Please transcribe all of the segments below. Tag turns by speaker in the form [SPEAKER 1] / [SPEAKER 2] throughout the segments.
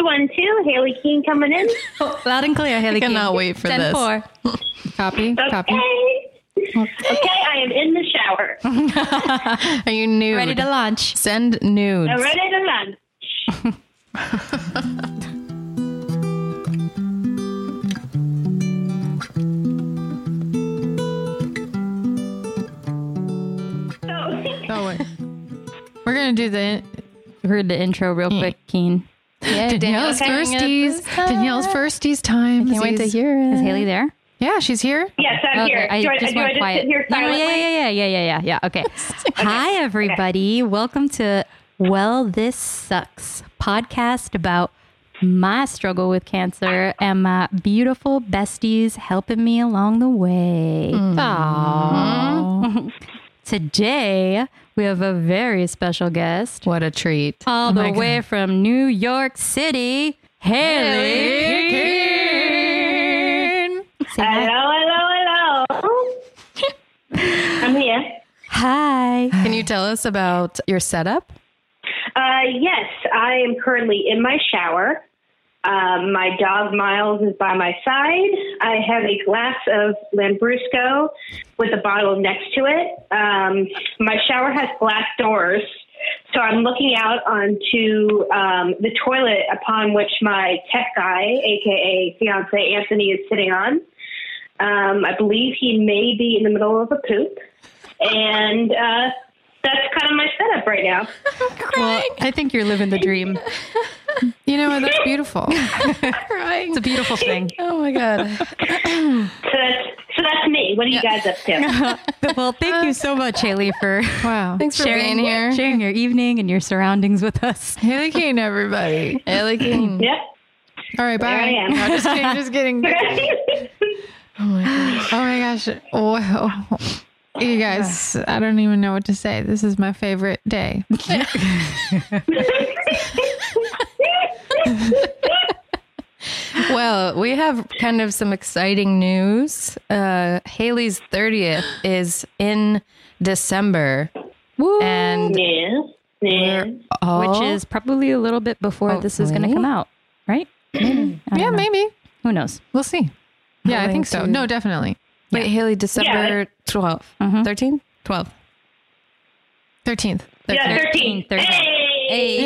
[SPEAKER 1] one two. Haley Keene coming in.
[SPEAKER 2] Loud and clear, Haley.
[SPEAKER 3] cannot
[SPEAKER 2] King.
[SPEAKER 3] wait for
[SPEAKER 2] 10
[SPEAKER 3] this.
[SPEAKER 2] Four.
[SPEAKER 4] Copy. Copy.
[SPEAKER 1] Okay. okay, I am in the shower. I'm
[SPEAKER 3] Are you nude?
[SPEAKER 2] Ready to launch.
[SPEAKER 3] Send nudes.
[SPEAKER 1] ready to run. So,
[SPEAKER 4] Oh wait. We're gonna do the.
[SPEAKER 2] Heard the intro real quick, Keen.
[SPEAKER 4] Danielle's
[SPEAKER 3] Danielle's
[SPEAKER 4] firsties.
[SPEAKER 3] firsties.
[SPEAKER 4] Danielle's firsties time.
[SPEAKER 3] Can't wait to hear it.
[SPEAKER 2] Is Haley there?
[SPEAKER 4] Yeah, she's here.
[SPEAKER 1] yes, I'm Uh, here.
[SPEAKER 2] I
[SPEAKER 1] do I,
[SPEAKER 2] just
[SPEAKER 1] do I
[SPEAKER 2] went
[SPEAKER 1] just
[SPEAKER 2] quiet.
[SPEAKER 1] sit here
[SPEAKER 2] yeah,
[SPEAKER 1] silently?
[SPEAKER 2] yeah, yeah, yeah, yeah, yeah, yeah, yeah. Okay. Hi, everybody. Welcome to Well This Sucks podcast about my struggle with cancer and my beautiful besties helping me along the way. Aww. Today, we have a very special guest
[SPEAKER 3] What a treat.
[SPEAKER 2] all
[SPEAKER 3] Oh
[SPEAKER 2] the
[SPEAKER 3] my God.
[SPEAKER 2] way from New York City, Haley. Keene. Say hi.
[SPEAKER 1] Hello, hello, hello. I'm here.
[SPEAKER 2] hi.
[SPEAKER 3] Can you tell us about your setup?
[SPEAKER 1] Uh, yes, I am currently in my shower. Um, my dog Miles is by my side. I have a glass of Lambrusco with a bottle next to it. Um, my shower has glass doors, so I'm looking out onto um, the toilet upon which my tech guy, aka fiance Anthony, is sitting on. Um, I believe he may be in the middle of a poop, and uh, that's kind of my setup right now.
[SPEAKER 3] Well, I think you're living the dream.
[SPEAKER 4] You know what? That's beautiful.
[SPEAKER 3] Crying.
[SPEAKER 2] It's a beautiful thing.
[SPEAKER 3] Oh my god.
[SPEAKER 1] So that's, so that's me. What are you guys up to?
[SPEAKER 2] well, thank you so much, Haley, for
[SPEAKER 4] Wow.
[SPEAKER 3] Thanks for
[SPEAKER 2] sharing,
[SPEAKER 3] being here.
[SPEAKER 2] sharing your evening and your surroundings with us.
[SPEAKER 4] Haley Kane, everybody.
[SPEAKER 3] Ellie King.
[SPEAKER 1] yep.
[SPEAKER 4] All right, bye.
[SPEAKER 1] There I am.
[SPEAKER 4] No, just kidding. Just kidding. Oh my gosh. Wow. You guys, I don't even know what to say. This is my favorite day.
[SPEAKER 3] Well, we have kind of some exciting news. Uh, Haley's 30th is in December.
[SPEAKER 2] Woo!
[SPEAKER 3] And
[SPEAKER 1] yeah. Yeah.
[SPEAKER 3] we're all-
[SPEAKER 2] Which is probably a little bit before this is going to
[SPEAKER 3] Hopefully.
[SPEAKER 2] come out, right? I
[SPEAKER 4] Yeah,
[SPEAKER 2] don't know.
[SPEAKER 4] maybe.
[SPEAKER 2] Who knows?
[SPEAKER 4] We'll see. Yeah, I
[SPEAKER 3] Going
[SPEAKER 4] think so.
[SPEAKER 3] to-
[SPEAKER 4] No, definitely.
[SPEAKER 3] Wait, Haley, December 12th.
[SPEAKER 2] Mhm.
[SPEAKER 3] 13th? 12th.
[SPEAKER 4] 13th.
[SPEAKER 1] Yeah, 13.
[SPEAKER 2] 13, 13.
[SPEAKER 1] Hey.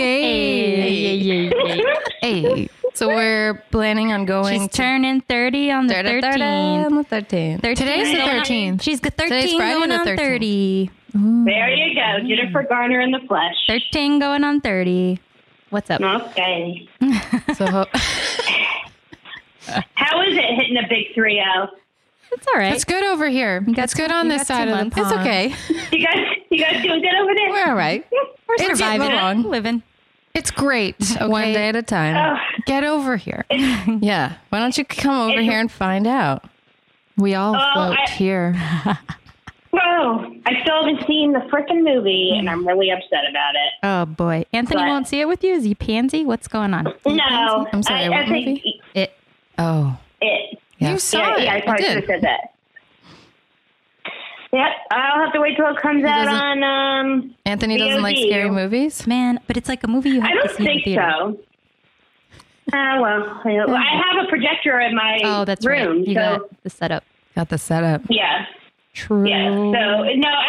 [SPEAKER 2] Hey, yeah, yeah, yeah.
[SPEAKER 4] Hey.
[SPEAKER 3] So we're planning on going
[SPEAKER 2] She's
[SPEAKER 3] to
[SPEAKER 2] turning 30 on the 13th.
[SPEAKER 3] on the 13th.
[SPEAKER 2] 13.
[SPEAKER 4] Today's the 13th.
[SPEAKER 2] She's the 13
[SPEAKER 3] Today's Friday
[SPEAKER 2] going
[SPEAKER 3] the
[SPEAKER 2] on
[SPEAKER 3] 13th.
[SPEAKER 2] 30.
[SPEAKER 1] There you go. Jennifer Garner in the flesh.
[SPEAKER 2] 13 going on 30. What's up?
[SPEAKER 1] Okay.
[SPEAKER 3] So ho-
[SPEAKER 1] How is it hitting a big oh? 3 0?
[SPEAKER 2] It's all right.
[SPEAKER 4] It's good over here.
[SPEAKER 2] got
[SPEAKER 4] It's good
[SPEAKER 2] two-
[SPEAKER 4] on
[SPEAKER 2] you
[SPEAKER 4] this
[SPEAKER 2] got
[SPEAKER 4] side
[SPEAKER 2] two
[SPEAKER 4] of the
[SPEAKER 2] months.
[SPEAKER 4] pond.
[SPEAKER 3] it's okay.
[SPEAKER 1] You guys, you guys doing good over there?
[SPEAKER 3] We're all right.
[SPEAKER 2] We're
[SPEAKER 3] It's getting
[SPEAKER 2] surviving.
[SPEAKER 3] along.
[SPEAKER 2] Living.
[SPEAKER 4] It's great. Okay.
[SPEAKER 3] One day at a time.
[SPEAKER 1] Oh,
[SPEAKER 4] Get over here.
[SPEAKER 3] Yeah. Why don't you come over here and find out?
[SPEAKER 4] We all
[SPEAKER 1] Oh,
[SPEAKER 4] float
[SPEAKER 1] I-
[SPEAKER 4] here.
[SPEAKER 1] whoa. I still haven't seen the frickin' movie, and I'm really upset about it.
[SPEAKER 2] Oh boy, Anthony
[SPEAKER 1] But-
[SPEAKER 2] won't see it with you. Is he pansy? What's going on?
[SPEAKER 1] No.
[SPEAKER 3] Mm-hmm. I'm sorry,
[SPEAKER 1] I, I
[SPEAKER 3] what
[SPEAKER 1] think
[SPEAKER 3] movie?
[SPEAKER 2] It.
[SPEAKER 3] Oh.
[SPEAKER 1] it.
[SPEAKER 3] Yeah.
[SPEAKER 4] You saw
[SPEAKER 1] yeah,
[SPEAKER 4] it.
[SPEAKER 1] yeah, I probably
[SPEAKER 3] I did.
[SPEAKER 1] should have said that. Yep, I'll have to wait till it comes out
[SPEAKER 3] doesn't-
[SPEAKER 1] on. Um,
[SPEAKER 3] Anthony doesn't like
[SPEAKER 1] VOD.
[SPEAKER 3] scary movies.
[SPEAKER 2] Man, but it's like a movie you have
[SPEAKER 1] I
[SPEAKER 2] to
[SPEAKER 1] don't
[SPEAKER 2] see in the
[SPEAKER 1] think
[SPEAKER 2] theater.
[SPEAKER 1] so. Ah, well, I have a projector in my
[SPEAKER 2] Oh, that's
[SPEAKER 1] room,
[SPEAKER 2] right. You
[SPEAKER 1] so
[SPEAKER 2] got the setup.
[SPEAKER 3] Got the setup.
[SPEAKER 1] yeah,
[SPEAKER 2] True.
[SPEAKER 1] yeah.
[SPEAKER 2] Oh.
[SPEAKER 1] So no, I,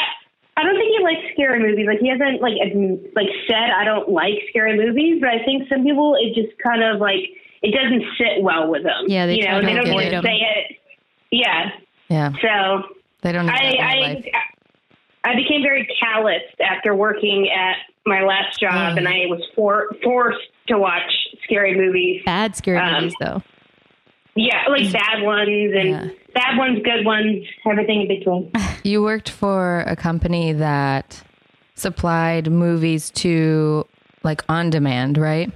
[SPEAKER 1] I don't think he likes scary movies. Like he hasn't like adm- like said I don't like scary movies, but I think some people it just kind of like it doesn't sit well with them.
[SPEAKER 2] Yeah, they
[SPEAKER 1] you
[SPEAKER 2] try
[SPEAKER 1] know
[SPEAKER 2] to
[SPEAKER 1] they don't
[SPEAKER 3] avoid
[SPEAKER 1] just
[SPEAKER 3] them.
[SPEAKER 1] say it. Yeah,
[SPEAKER 3] Yeah.
[SPEAKER 1] so
[SPEAKER 3] They don't know that in real
[SPEAKER 1] I,
[SPEAKER 3] life.
[SPEAKER 1] I, I became very calloused after working at my last job,
[SPEAKER 3] Mm.
[SPEAKER 1] and I was for, forced to watch scary movies.
[SPEAKER 2] Bad scary
[SPEAKER 1] Um,
[SPEAKER 2] movies though.
[SPEAKER 1] Yeah, like bad ones and
[SPEAKER 3] Mm. Yeah.
[SPEAKER 1] bad ones, good ones, everything in between.
[SPEAKER 3] You worked for a company that supplied movies to like on demand, right?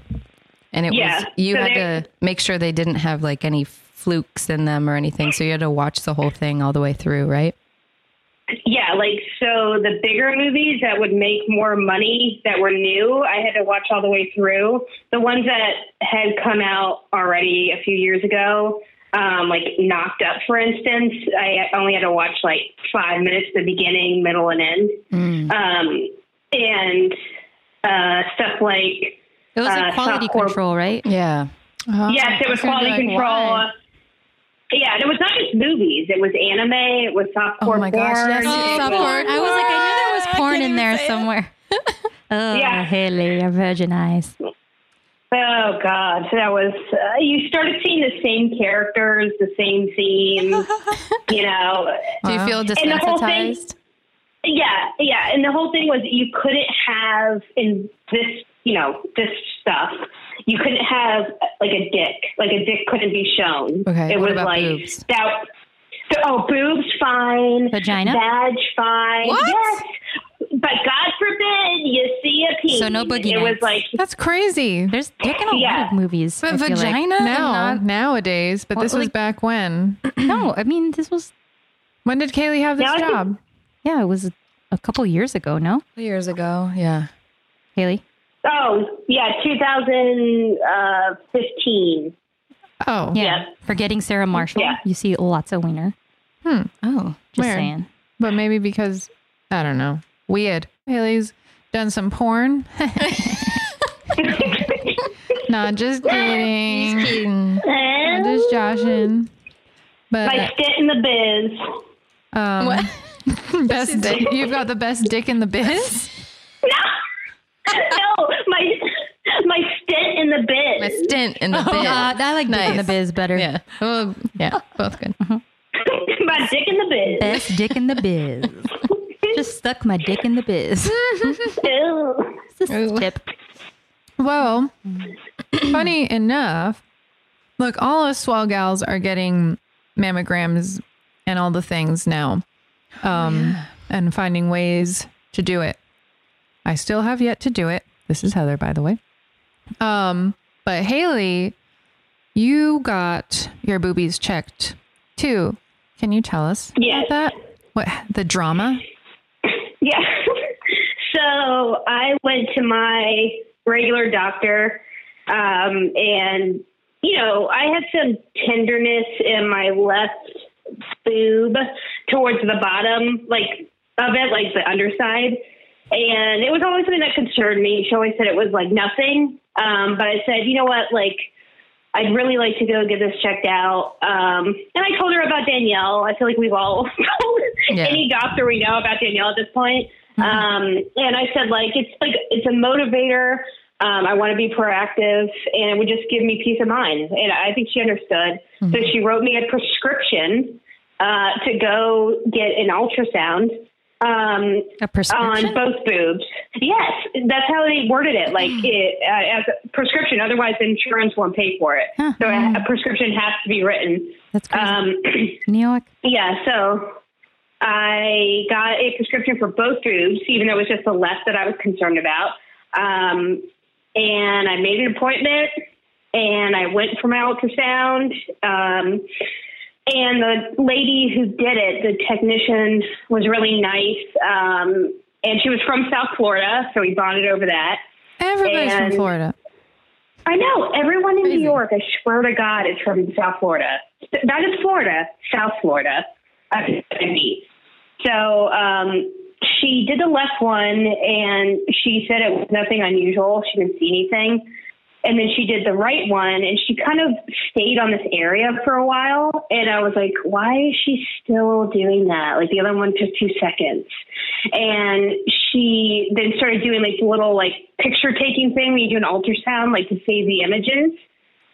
[SPEAKER 3] And it
[SPEAKER 1] Yeah.
[SPEAKER 3] was you
[SPEAKER 1] So
[SPEAKER 3] had
[SPEAKER 1] they-
[SPEAKER 3] to make sure they didn't have like any flukes in them or anything, so you had to watch the whole thing all the way through, right?
[SPEAKER 1] Yeah, like so the bigger movies that would make more money that were new, I had to watch all the way through. The ones that had come out already a few years ago, um, like Knocked Up, for instance, I only had to watch like five minutes, the beginning,
[SPEAKER 3] Mm.
[SPEAKER 1] middle, and end. Um, and uh, stuff like
[SPEAKER 2] It was
[SPEAKER 1] Uh,
[SPEAKER 2] like quality
[SPEAKER 1] soft core-
[SPEAKER 2] control, right?
[SPEAKER 3] Yeah.
[SPEAKER 4] Oh,
[SPEAKER 1] Yes, it was
[SPEAKER 4] it's gonna be
[SPEAKER 1] quality
[SPEAKER 4] like,
[SPEAKER 1] control.
[SPEAKER 4] why?
[SPEAKER 1] Yeah, and it was not just movies. It was anime. It was softcore
[SPEAKER 3] Oh my gosh, yes, it's
[SPEAKER 1] porn. it
[SPEAKER 3] softcore.
[SPEAKER 1] was-
[SPEAKER 2] porn. I was like, I knew there was
[SPEAKER 3] I
[SPEAKER 2] porn
[SPEAKER 3] can't
[SPEAKER 2] in
[SPEAKER 3] even
[SPEAKER 2] there
[SPEAKER 3] say it.
[SPEAKER 2] somewhere. oh,
[SPEAKER 1] Yeah.
[SPEAKER 2] Haley, your virgin eyes.
[SPEAKER 1] Oh God, that was. Uh, you started seeing the same characters, the same themes. you know.
[SPEAKER 3] Do you
[SPEAKER 4] Wow.
[SPEAKER 3] feel
[SPEAKER 1] And the whole thing-
[SPEAKER 3] desensitized?
[SPEAKER 1] Yeah, yeah. And the whole thing was you couldn't have in this, you know, this stuff. You couldn't have uh, like a dick. Like a dick couldn't be shown.
[SPEAKER 3] Okay,
[SPEAKER 1] It
[SPEAKER 3] what
[SPEAKER 1] was
[SPEAKER 3] about
[SPEAKER 1] like
[SPEAKER 3] boobs?
[SPEAKER 1] that. so- oh, boobs fine.
[SPEAKER 2] Vagina?
[SPEAKER 1] Badge fine.
[SPEAKER 3] What?
[SPEAKER 1] Yes. But God forbid you see a piece.
[SPEAKER 2] So no boogie
[SPEAKER 1] It was
[SPEAKER 2] nights.
[SPEAKER 1] like
[SPEAKER 4] That's crazy.
[SPEAKER 2] There's dick in a lot
[SPEAKER 1] Yeah.
[SPEAKER 2] of movies. I
[SPEAKER 3] But
[SPEAKER 2] feel like.
[SPEAKER 3] vagina? and
[SPEAKER 4] now,
[SPEAKER 3] not-
[SPEAKER 4] nowadays, but
[SPEAKER 2] Well,
[SPEAKER 4] this was
[SPEAKER 2] like-
[SPEAKER 4] back when.
[SPEAKER 2] No, I mean, this was,
[SPEAKER 4] When did Kaylee have this
[SPEAKER 1] Now I think-
[SPEAKER 4] job?
[SPEAKER 2] yeah, it was a couple years ago, no?
[SPEAKER 3] years ago. Yeah.
[SPEAKER 2] Haley?
[SPEAKER 1] oh yeah, uh, 2015.
[SPEAKER 4] Oh,
[SPEAKER 1] Yeah.
[SPEAKER 2] Forgetting Sarah Marshall.
[SPEAKER 1] Yeah.
[SPEAKER 2] You see lots of wiener.
[SPEAKER 4] Hmm.
[SPEAKER 3] Oh.
[SPEAKER 2] Just
[SPEAKER 4] Where?
[SPEAKER 2] saying.
[SPEAKER 4] but maybe because I don't know. Weird. Haley's done some porn. Not just kidding. I'm just joshing.
[SPEAKER 1] My
[SPEAKER 4] But
[SPEAKER 1] stint in the biz.
[SPEAKER 4] um, best dick. You've got the best dick in the biz.
[SPEAKER 1] No, no, my my stint in the biz.
[SPEAKER 3] A stint in the
[SPEAKER 2] Uh,
[SPEAKER 3] bit.
[SPEAKER 2] I like dick in the biz better.
[SPEAKER 3] yeah. Well, yeah. Both good.
[SPEAKER 1] my dick in the biz.
[SPEAKER 2] Best dick in the biz. Just stuck my dick in the biz.
[SPEAKER 1] Ew.
[SPEAKER 2] This is tip.
[SPEAKER 4] Well,
[SPEAKER 1] Mm-hmm.
[SPEAKER 4] funny enough, look, all us swell gals are getting mammograms and all the things now,
[SPEAKER 1] Oh,
[SPEAKER 4] um, and finding ways to do it. I still have yet to do it. This is Heather, by the way. Um, but Haley, you got your boobies checked too. Can you tell us
[SPEAKER 1] Yes.
[SPEAKER 4] about that? What the drama?
[SPEAKER 1] Yeah. so I went to my regular doctor, um, and you know I had some tenderness in my left boob towards the bottom, like of it, like the underside. And it was always something that concerned me. She always said it was like nothing, um, but I said, you know what, like. I'd really like to go get this checked out. Um, and I told her about Danielle. I feel like we've all told
[SPEAKER 3] Yeah.
[SPEAKER 1] any doctor we know about Danielle at this point. Um, and I said, like, it's like it's a motivator. Um, I want to be proactive, and it would just give me peace of mind. And I think she understood. So she wrote me a prescription uh, to go get an ultrasound. Um,
[SPEAKER 2] A
[SPEAKER 1] on
[SPEAKER 2] prescription.
[SPEAKER 1] both boobs. Yes, that's how they worded it. Like it uh, as a prescription, otherwise the insurance won't pay for it.
[SPEAKER 2] Huh.
[SPEAKER 1] So a, a prescription has to be written.
[SPEAKER 2] That's crazy.
[SPEAKER 1] Um,
[SPEAKER 2] New York.
[SPEAKER 1] yeah, so I got a prescription for both boobs, even though it was just the left that I was concerned about. Um, and I made an appointment and I went for my ultrasound. Um, and the lady who did it, the technician, was really nice. Um, and she was from South Florida, so we bonded over that.
[SPEAKER 4] Everybody's
[SPEAKER 1] And-
[SPEAKER 4] from Florida.
[SPEAKER 1] I know everyone in New York. I swear to God, is from South Florida. That is Florida, South Florida. I could be. So um, she did the left one, and she said it was nothing unusual. She didn't see anything. And then she did the right one, and she kind of stayed on this area for a while. And I was like, why is she still doing that? Like the other one took two seconds. And she then started doing like the little like picture taking thing. where You do an ultrasound like to save the images.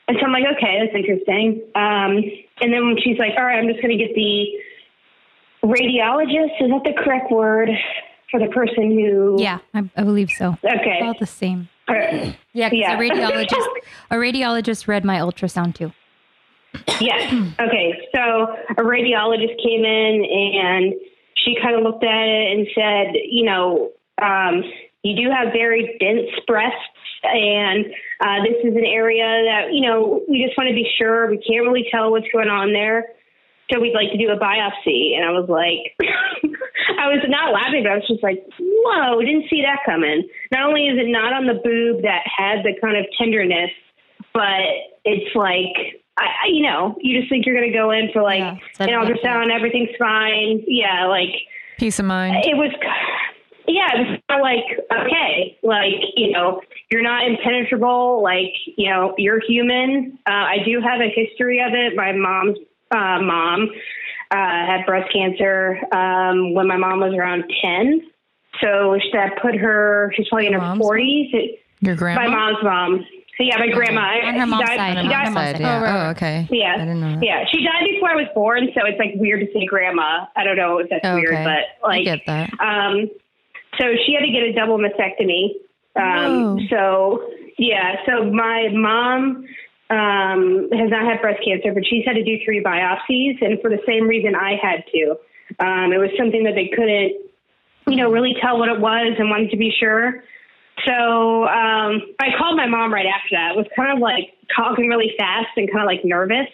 [SPEAKER 1] And so I'm like, okay, that's interesting. Um, and then when she's like, all right, I'm just going to get the radiologist. Is that the correct word for the person who?
[SPEAKER 2] Yeah, I, I believe so.
[SPEAKER 1] Okay.
[SPEAKER 2] All the same.
[SPEAKER 1] Or-
[SPEAKER 2] Yeah,
[SPEAKER 1] 'cause a
[SPEAKER 2] a
[SPEAKER 1] Yeah.
[SPEAKER 2] radiologist.
[SPEAKER 1] radiologist-
[SPEAKER 2] a radiologist read my ultrasound too.
[SPEAKER 1] Yes. Okay. So a radiologist came in and she kind of looked at it and said, you know, um, you do have very dense breasts, and uh, this is an area that, you know, we just want to be sure. We can't really tell what's going on there. So we'd like to do a biopsy. And I was like, I was not laughing, but I was just like, whoa, didn't see that coming. Not only is it not on the boob that had the kind of tenderness, but it's like, I, I- you know, you just think you're going to go in for like
[SPEAKER 2] Yeah, it's
[SPEAKER 1] an
[SPEAKER 2] definitely-
[SPEAKER 1] ultrasound, everything's fine. Yeah, like
[SPEAKER 4] Peace of mind.
[SPEAKER 1] it was, yeah, it's kind of like, okay, like, you know, you're not impenetrable. Like, you know, you're human. Uh, I do have a history of it. My mom's uh, mom uh, had breast cancer um, when my mom was around 10. So that put her, she's probably in her
[SPEAKER 3] mom's
[SPEAKER 1] 40s. It,
[SPEAKER 4] Your grandma?
[SPEAKER 1] my mom's mom. So yeah, my grandma.
[SPEAKER 2] On her mom's
[SPEAKER 1] she died,
[SPEAKER 2] side,
[SPEAKER 1] She
[SPEAKER 2] on her
[SPEAKER 1] died,
[SPEAKER 2] mom's side.
[SPEAKER 3] Said, yeah.
[SPEAKER 4] Oh, right, right.
[SPEAKER 3] Oh, okay.
[SPEAKER 1] Yeah.
[SPEAKER 3] I didn't know that.
[SPEAKER 1] yeah, she died before I was born, so it's like weird to say grandma. I don't know if that's
[SPEAKER 3] Okay.
[SPEAKER 1] weird, but
[SPEAKER 3] I
[SPEAKER 1] like,
[SPEAKER 3] get that.
[SPEAKER 1] um, so she had to get a double mastectomy. Um,
[SPEAKER 4] No.
[SPEAKER 1] So yeah, so my mom um, has not had breast cancer, but she's had to do three biopsies, and for the same reason I had to. Um, it was something that they couldn't, you know, really tell what it was, and wanted to be sure. So um, I called my mom right after that. It was kind of like talking really fast and kind of like nervous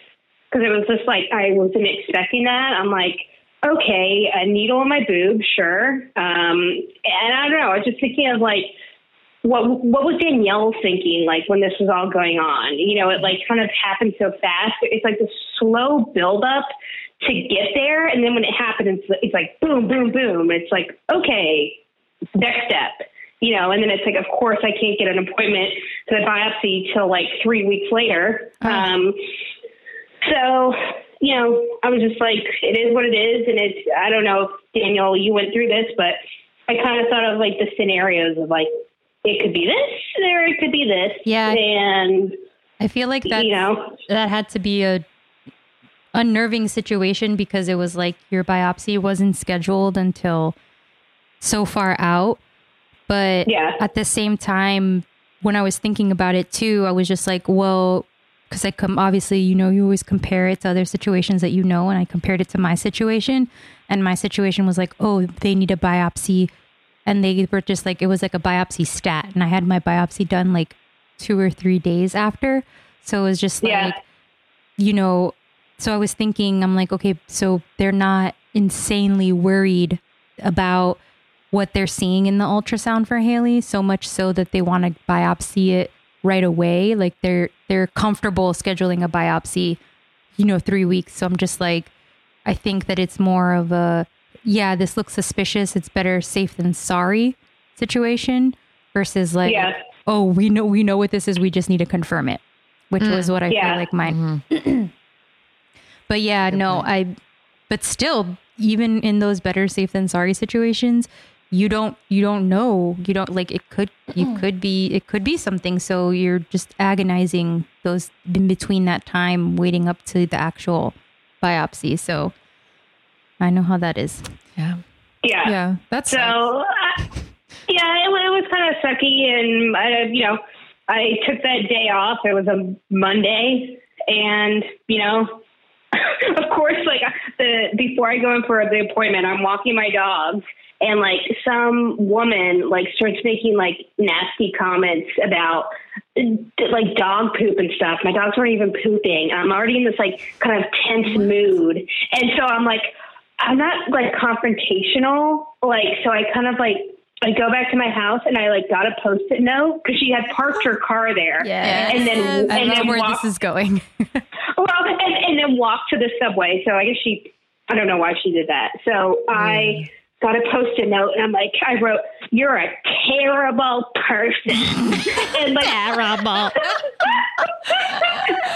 [SPEAKER 1] because it was just like I wasn't expecting that. I'm like, okay, a needle in my boob, sure. Um, and I don't know. I was just thinking of like what what was Danielle thinking like when this was all going on? You know, it like kind of happened so fast. It's like this slow buildup to get there, and then when it happens, it's, it's like boom, boom, boom. It's like okay, next step. You know, and then it's like, of course, I can't get an appointment to the biopsy till like three weeks later. Um, so, you know, I was just like, it is what it is. And it's, I don't know if Daniel, you went through this, but I kind of thought of like the scenarios of like, it could be this or it could be this.
[SPEAKER 2] Yeah.
[SPEAKER 1] And,
[SPEAKER 2] I feel like that
[SPEAKER 1] you know,
[SPEAKER 2] that had to be a unnerving situation because it was like your biopsy wasn't scheduled until so far out. But
[SPEAKER 1] Yeah.
[SPEAKER 2] at the same time, when I was thinking about it too, I was just like, well, because I come obviously, you know, you always compare it to other situations that you know, and I compared it to my situation, and my situation was like, oh, they need a biopsy, and they were just like, it was like a biopsy stat, and I had my biopsy done like two or three days after, so it was just like,
[SPEAKER 1] Yeah.
[SPEAKER 2] you know, so I was thinking, I'm like, okay, so they're not insanely worried about what they're seeing in the ultrasound for Haley, so much so that they want to biopsy it right away. Like they're they're comfortable scheduling a biopsy, you know, three weeks. So I'm just like, I think that it's more of a yeah, this looks suspicious. It's better safe than sorry situation versus like,
[SPEAKER 1] Yeah.
[SPEAKER 2] oh, we know we know what this is. We just need to confirm it, which was what I
[SPEAKER 1] Mm. Yeah.
[SPEAKER 2] feel like mine
[SPEAKER 3] Mm-hmm.
[SPEAKER 2] but yeah, no, I. But still, even in those better safe than sorry situations, you don't you don't know you don't like it could you could be it could be something. So you're just agonizing those in between that time waiting up to the actual biopsy. So I know how that is.
[SPEAKER 3] Yeah.
[SPEAKER 1] yeah.
[SPEAKER 4] Yeah, that's
[SPEAKER 1] So, uh, yeah, it, wa- it was kind of sucky, and I, you know, I took that day off. It was a Monday, and you know, of course, like the before I go in for the appointment, I'm walking my dogs, and like some woman like starts making like nasty comments about like dog poop and stuff. My dogs weren't even pooping. I'm already in this like kind of tense mood, and so I'm like, I'm not like confrontational. Like, so I kind of like I go back to my house and I like got a post-it note because she had parked her car there. and then
[SPEAKER 2] I
[SPEAKER 1] and
[SPEAKER 2] love
[SPEAKER 1] then
[SPEAKER 2] where
[SPEAKER 1] walked,
[SPEAKER 2] this is going.
[SPEAKER 1] well, and, and then walked to the subway. So I guess she, I don't know why she did that. So I got a post-it note and I'm like, I wrote, "You're a terrible person," and like
[SPEAKER 2] Terrible.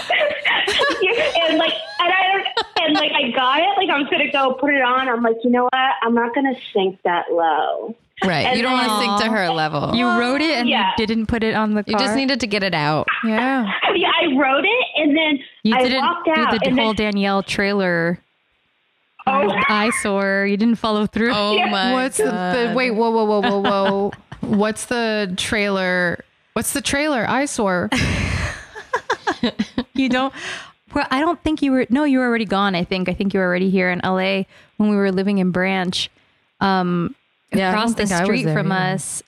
[SPEAKER 1] Yeah, and like and I don't and like I got it. Like I was gonna go put it on. I'm like, you know what? I'm not gonna sink that low.
[SPEAKER 3] Right.
[SPEAKER 1] And
[SPEAKER 3] you don't want
[SPEAKER 1] then-
[SPEAKER 3] to sink to her level.
[SPEAKER 2] you wrote it and
[SPEAKER 1] Yeah.
[SPEAKER 2] you didn't put it on the
[SPEAKER 3] you
[SPEAKER 2] card.
[SPEAKER 3] just needed to get it out.
[SPEAKER 4] yeah.
[SPEAKER 1] I mean, I wrote it and then
[SPEAKER 2] You
[SPEAKER 1] I
[SPEAKER 2] didn't
[SPEAKER 1] walked
[SPEAKER 2] do
[SPEAKER 1] out.
[SPEAKER 2] the
[SPEAKER 1] and
[SPEAKER 2] whole
[SPEAKER 1] then,
[SPEAKER 2] Danielle trailer
[SPEAKER 1] oh,
[SPEAKER 2] eyesore. You didn't follow through.
[SPEAKER 3] Oh my
[SPEAKER 4] What's
[SPEAKER 3] God.
[SPEAKER 4] the wait? Whoa, whoa, whoa, whoa, whoa! What's the trailer? What's the trailer eyesore?
[SPEAKER 2] you don't well i don't think you were no you were already gone i think i think you were already here in la when we were living in branch um
[SPEAKER 3] Yeah, I
[SPEAKER 2] across
[SPEAKER 3] don't
[SPEAKER 2] the
[SPEAKER 3] think I was
[SPEAKER 2] street
[SPEAKER 3] there
[SPEAKER 2] from
[SPEAKER 3] either.
[SPEAKER 2] us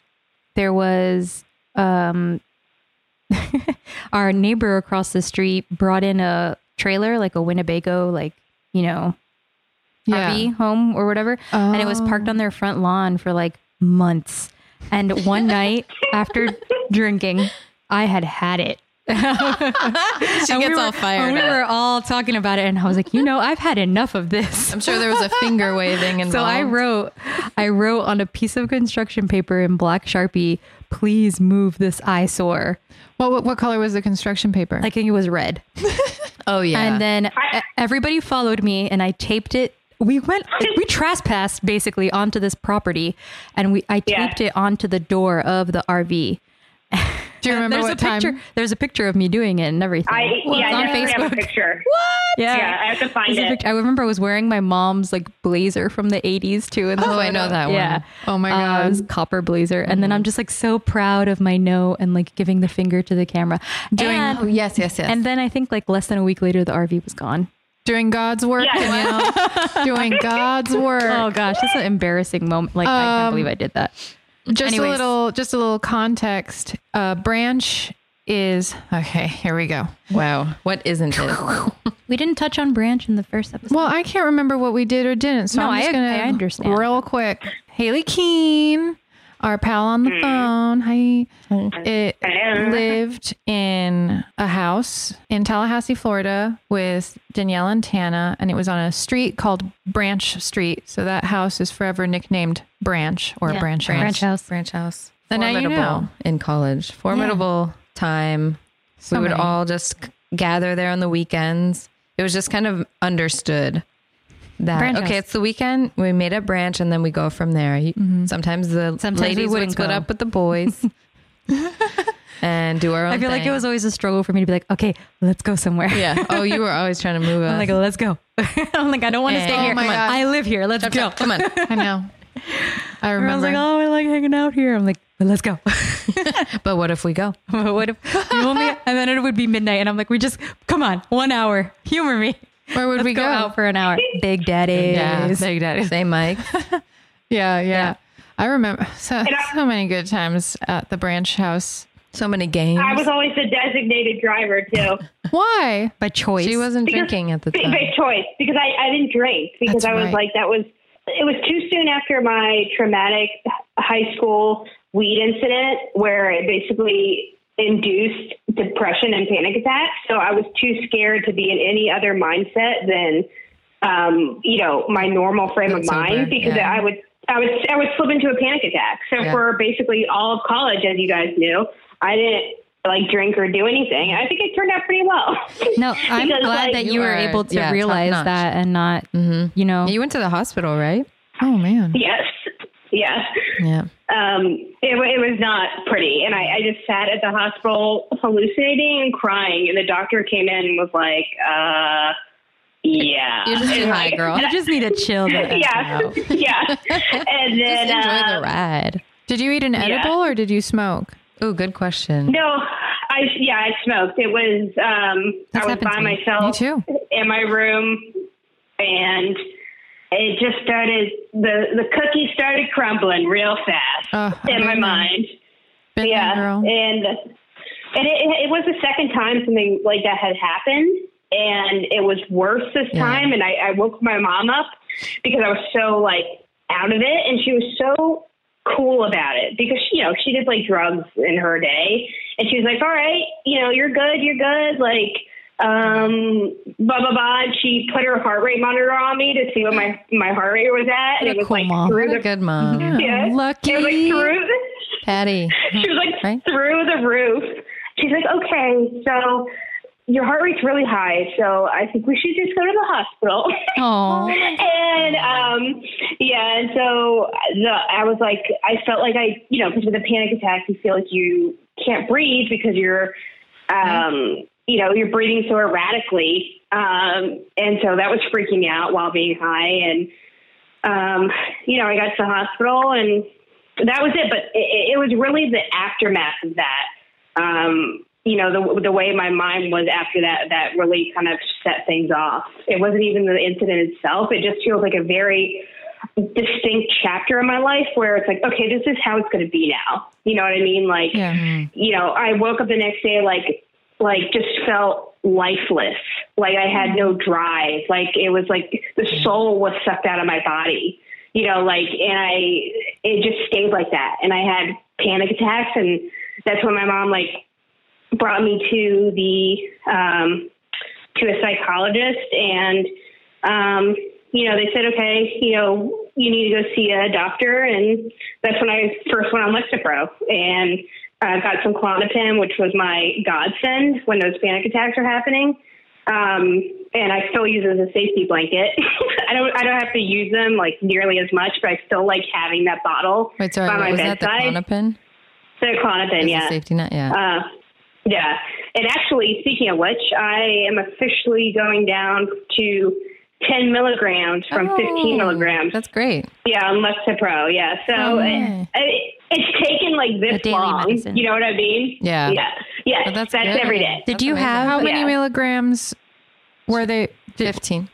[SPEAKER 2] there was um our neighbor across the street brought in a trailer like a winnebago like you know
[SPEAKER 4] Yeah.
[SPEAKER 2] RV home or whatever, and it was parked on their front lawn for like months. And one night after drinking, I had had it.
[SPEAKER 5] She
[SPEAKER 2] And
[SPEAKER 5] gets
[SPEAKER 2] we were,
[SPEAKER 5] all fired
[SPEAKER 2] We
[SPEAKER 5] up.
[SPEAKER 2] were all talking about it, and I was like, you know, I've had enough of this.
[SPEAKER 3] I'm sure there was a finger waving involved.
[SPEAKER 2] So I wrote, I wrote on a piece of construction paper in black sharpie, please move this eyesore.
[SPEAKER 4] What, what what color was the construction paper?
[SPEAKER 2] I think it was red.
[SPEAKER 3] Oh yeah.
[SPEAKER 2] And then e- everybody followed me, and I taped it. We went, we trespassed basically onto this property, and we I
[SPEAKER 1] Yeah.
[SPEAKER 2] taped it onto the door of the RV.
[SPEAKER 4] Do you remember
[SPEAKER 2] uh, there's
[SPEAKER 4] what
[SPEAKER 2] a
[SPEAKER 4] time?
[SPEAKER 2] picture. There's a picture of me doing it and everything.
[SPEAKER 1] I yeah,
[SPEAKER 2] It's
[SPEAKER 1] I
[SPEAKER 2] on
[SPEAKER 1] definitely have a
[SPEAKER 2] Facebook.
[SPEAKER 1] picture.
[SPEAKER 2] Yeah.
[SPEAKER 1] Yeah, I have to find
[SPEAKER 2] There's a
[SPEAKER 1] it.
[SPEAKER 2] picture- I remember I was wearing my mom's like blazer from the 80s too. And
[SPEAKER 3] oh, I know that one.
[SPEAKER 2] Yeah.
[SPEAKER 4] Oh my
[SPEAKER 2] Uh, it
[SPEAKER 4] god.
[SPEAKER 2] was copper blazer. And then I'm just like so proud of my no and like giving the finger to the camera. Doing, and,
[SPEAKER 3] Oh yes, yes, yes.
[SPEAKER 2] and then I think like less than a week later, the RV was gone.
[SPEAKER 4] doing God's work,
[SPEAKER 1] Yeah.
[SPEAKER 4] Danielle. doing God's work.
[SPEAKER 2] Oh gosh, that's an embarrassing moment. Like, I can't
[SPEAKER 4] Um,
[SPEAKER 2] believe I did that.
[SPEAKER 4] just
[SPEAKER 2] Anyways.
[SPEAKER 4] a little just a little context. Uh branch is okay, here we go.
[SPEAKER 3] wow, what isn't it?
[SPEAKER 2] We didn't touch on Branch in the first episode.
[SPEAKER 4] Well, I can't remember what we did or didn't, so
[SPEAKER 2] No,
[SPEAKER 4] I'm just
[SPEAKER 2] I-
[SPEAKER 4] gonna
[SPEAKER 2] I understand.
[SPEAKER 4] real quick. Haley Keen, our pal on the phone, hi. It
[SPEAKER 1] Hmm. Hello.
[SPEAKER 4] lived in a house in Tallahassee, Florida, with Danielle and Tana, and it was on a street called Branch Street. So that house is forever nicknamed Branch or Branch,
[SPEAKER 2] Branch
[SPEAKER 4] House.
[SPEAKER 2] House.
[SPEAKER 3] Branch house.
[SPEAKER 4] And now you
[SPEAKER 3] Formidable
[SPEAKER 4] know.
[SPEAKER 3] in college. Formidable time. we would
[SPEAKER 4] many.
[SPEAKER 3] all just c- gather there on the weekends. It was just kind of understood that
[SPEAKER 2] Branch
[SPEAKER 3] okay,
[SPEAKER 2] house.
[SPEAKER 3] it's the weekend. We made a branch and then we go from there. You- Sometimes the
[SPEAKER 2] Mm-hmm. Sometimes we
[SPEAKER 3] ladies would
[SPEAKER 2] wouldn't
[SPEAKER 3] split
[SPEAKER 2] go.
[SPEAKER 3] up with the boys and do our own.
[SPEAKER 2] I feel like it
[SPEAKER 3] thing.
[SPEAKER 2] was always a struggle for me to be like, okay, let's go somewhere.
[SPEAKER 3] yeah. Oh, you were always trying to move us.
[SPEAKER 2] I'm like, let's go. I'm like, I don't want to
[SPEAKER 3] Yeah.
[SPEAKER 2] stay
[SPEAKER 3] Oh
[SPEAKER 2] here.
[SPEAKER 4] my God.
[SPEAKER 2] I live here. Let's go.
[SPEAKER 3] Come on,
[SPEAKER 4] I know. I
[SPEAKER 2] I was
[SPEAKER 4] remember.
[SPEAKER 2] like, oh, I like hanging out here. I'm like, but let's go.
[SPEAKER 3] but what if we go?
[SPEAKER 2] But what if you want me? And then it would be midnight, and I'm like, we just come on, one hour, humor me.
[SPEAKER 4] Where would
[SPEAKER 2] Let's
[SPEAKER 4] we
[SPEAKER 2] go, out for an hour. Big Daddy.
[SPEAKER 3] Big daddy. Say Mike.
[SPEAKER 4] Yeah, yeah. I remember so,
[SPEAKER 1] I-
[SPEAKER 4] so many good times at the Branch House.
[SPEAKER 3] So many games.
[SPEAKER 1] I was always the designated driver too,
[SPEAKER 4] Why?
[SPEAKER 2] by choice.
[SPEAKER 3] she wasn't
[SPEAKER 1] Because-
[SPEAKER 3] drinking at the
[SPEAKER 1] by,
[SPEAKER 3] time.
[SPEAKER 1] by choice, because I, I didn't drink because
[SPEAKER 3] That's
[SPEAKER 1] I was
[SPEAKER 3] right.
[SPEAKER 1] like that was it was too soon after my traumatic high school weed incident where it basically induced depression and panic attacks. So I was too scared to be in any other mindset than um, you know my normal frame of
[SPEAKER 3] That's
[SPEAKER 1] mind
[SPEAKER 3] sober,
[SPEAKER 1] because
[SPEAKER 3] yeah.
[SPEAKER 1] I would I would I would slip into a panic attack. So
[SPEAKER 3] Yeah.
[SPEAKER 1] for basically all of college, as you guys knew, I didn't like drink or do anything. I think it turned out pretty well.
[SPEAKER 2] No, I'm
[SPEAKER 1] Because,
[SPEAKER 2] glad
[SPEAKER 1] like,
[SPEAKER 2] that you,
[SPEAKER 3] you
[SPEAKER 2] were
[SPEAKER 3] are-
[SPEAKER 2] able to
[SPEAKER 3] yeah, top
[SPEAKER 2] realize
[SPEAKER 3] notch.
[SPEAKER 2] that and not, Mm-hmm. you know,
[SPEAKER 3] You went to the hospital, right?
[SPEAKER 4] Oh man.
[SPEAKER 1] Yes. Yes.
[SPEAKER 3] Yeah.
[SPEAKER 1] Um, it, wa- it was not pretty. And I, I just sat at the hospital hallucinating and crying. And the doctor came in and was like, uh, yeah.
[SPEAKER 3] You're just too
[SPEAKER 1] And,
[SPEAKER 3] high,
[SPEAKER 1] like,
[SPEAKER 3] girl.
[SPEAKER 2] you just need to chill. the F
[SPEAKER 1] Yeah.
[SPEAKER 2] out.
[SPEAKER 1] yeah. And then,
[SPEAKER 3] Just enjoy
[SPEAKER 1] uh,
[SPEAKER 3] the ride.
[SPEAKER 4] Did you eat an edible or did you smoke?
[SPEAKER 3] Oh, good question.
[SPEAKER 1] no, I, yeah, I smoked. It was, um,
[SPEAKER 2] That's
[SPEAKER 1] I was
[SPEAKER 2] happened
[SPEAKER 1] by
[SPEAKER 2] to me.
[SPEAKER 4] Me
[SPEAKER 1] myself
[SPEAKER 4] too.
[SPEAKER 1] in my room and it just started, the, the cookie started crumbling real fast
[SPEAKER 4] Uh, I
[SPEAKER 1] in my
[SPEAKER 4] remember.
[SPEAKER 1] mind.
[SPEAKER 4] Been there,
[SPEAKER 1] yeah,
[SPEAKER 4] girl.
[SPEAKER 1] and and it, it was the second time something like that had happened, and it was worse this time. And I, I woke my mom up because I was so like out of it, and she was so cool about it because she, you know she did like drugs in her day, and she was like, "All right, you know, you're good, you're good," like. Um, blah blah blah. And she put her heart rate monitor on me to see what my my heart rate was at, and
[SPEAKER 2] What a
[SPEAKER 1] it was
[SPEAKER 2] cool
[SPEAKER 1] like
[SPEAKER 2] mom.
[SPEAKER 1] through
[SPEAKER 3] What a
[SPEAKER 1] the
[SPEAKER 3] good mom.
[SPEAKER 1] yeah,
[SPEAKER 4] Lucky.
[SPEAKER 1] It was like through the-
[SPEAKER 3] Patty.
[SPEAKER 1] she was like
[SPEAKER 3] Right?
[SPEAKER 1] through the roof. She's like, okay, so your heart rate's really high, so I think we should just go to the hospital.
[SPEAKER 2] Oh,
[SPEAKER 1] and um, yeah, and so the, I was like, I felt like I, you know, because with a panic attack, you feel like you can't breathe because you're, um, you know, you're breathing so erratically, um, and so that was freaking me out while being high and um, you know, I got to the hospital and that was it. But it, it was really the aftermath of that. Um, you know, the, the way my mind was after that, that really kind of set things off. It wasn't even the incident itself. It just feels like a very distinct chapter in my life where it's like, okay, this is how it's going to be now. You know what I mean? Like,
[SPEAKER 4] Yeah.
[SPEAKER 1] you know, I woke up the next day like like just felt lifeless. Like I had no drive. Like it was like the soul was sucked out of my body. You know, like and I it just stayed like that. And I had panic attacks and that's when my mom like brought me to the um, to a psychologist, and um, you know they said, okay, you know you need to go see a doctor, and that's when I first went on Lexapro and uh, got some Clonopin, which was my godsend when those panic attacks were happening. Um, and I still use it as a safety blanket. I don't I don't have to use them like nearly as much, but I still like having that bottle
[SPEAKER 3] Wait,
[SPEAKER 1] by
[SPEAKER 3] sorry, what
[SPEAKER 1] my
[SPEAKER 3] was that the
[SPEAKER 1] bedside.
[SPEAKER 3] Clonopin?
[SPEAKER 1] The Clonopin,
[SPEAKER 3] Is it
[SPEAKER 1] yeah.
[SPEAKER 3] Safety net, yeah.
[SPEAKER 1] Uh, yeah. And actually, speaking of which, I am officially going down to 10 milligrams from
[SPEAKER 3] Oh,
[SPEAKER 1] 15 milligrams.
[SPEAKER 3] That's great.
[SPEAKER 1] Yeah, on Lexapro. Yeah. So
[SPEAKER 3] Oh,
[SPEAKER 1] it,
[SPEAKER 3] yeah.
[SPEAKER 1] it, it's taken like
[SPEAKER 2] The
[SPEAKER 1] this
[SPEAKER 2] daily
[SPEAKER 1] long.
[SPEAKER 2] medicine.
[SPEAKER 1] You know what I mean?
[SPEAKER 3] Yeah.
[SPEAKER 1] Yeah. Yes,
[SPEAKER 3] But
[SPEAKER 1] that's
[SPEAKER 3] that's good.
[SPEAKER 1] every day.
[SPEAKER 2] Did
[SPEAKER 3] That's
[SPEAKER 2] you
[SPEAKER 3] amazing.
[SPEAKER 2] have
[SPEAKER 4] How many
[SPEAKER 1] Yeah.
[SPEAKER 4] milligrams were they? Did,
[SPEAKER 3] 15. Oh,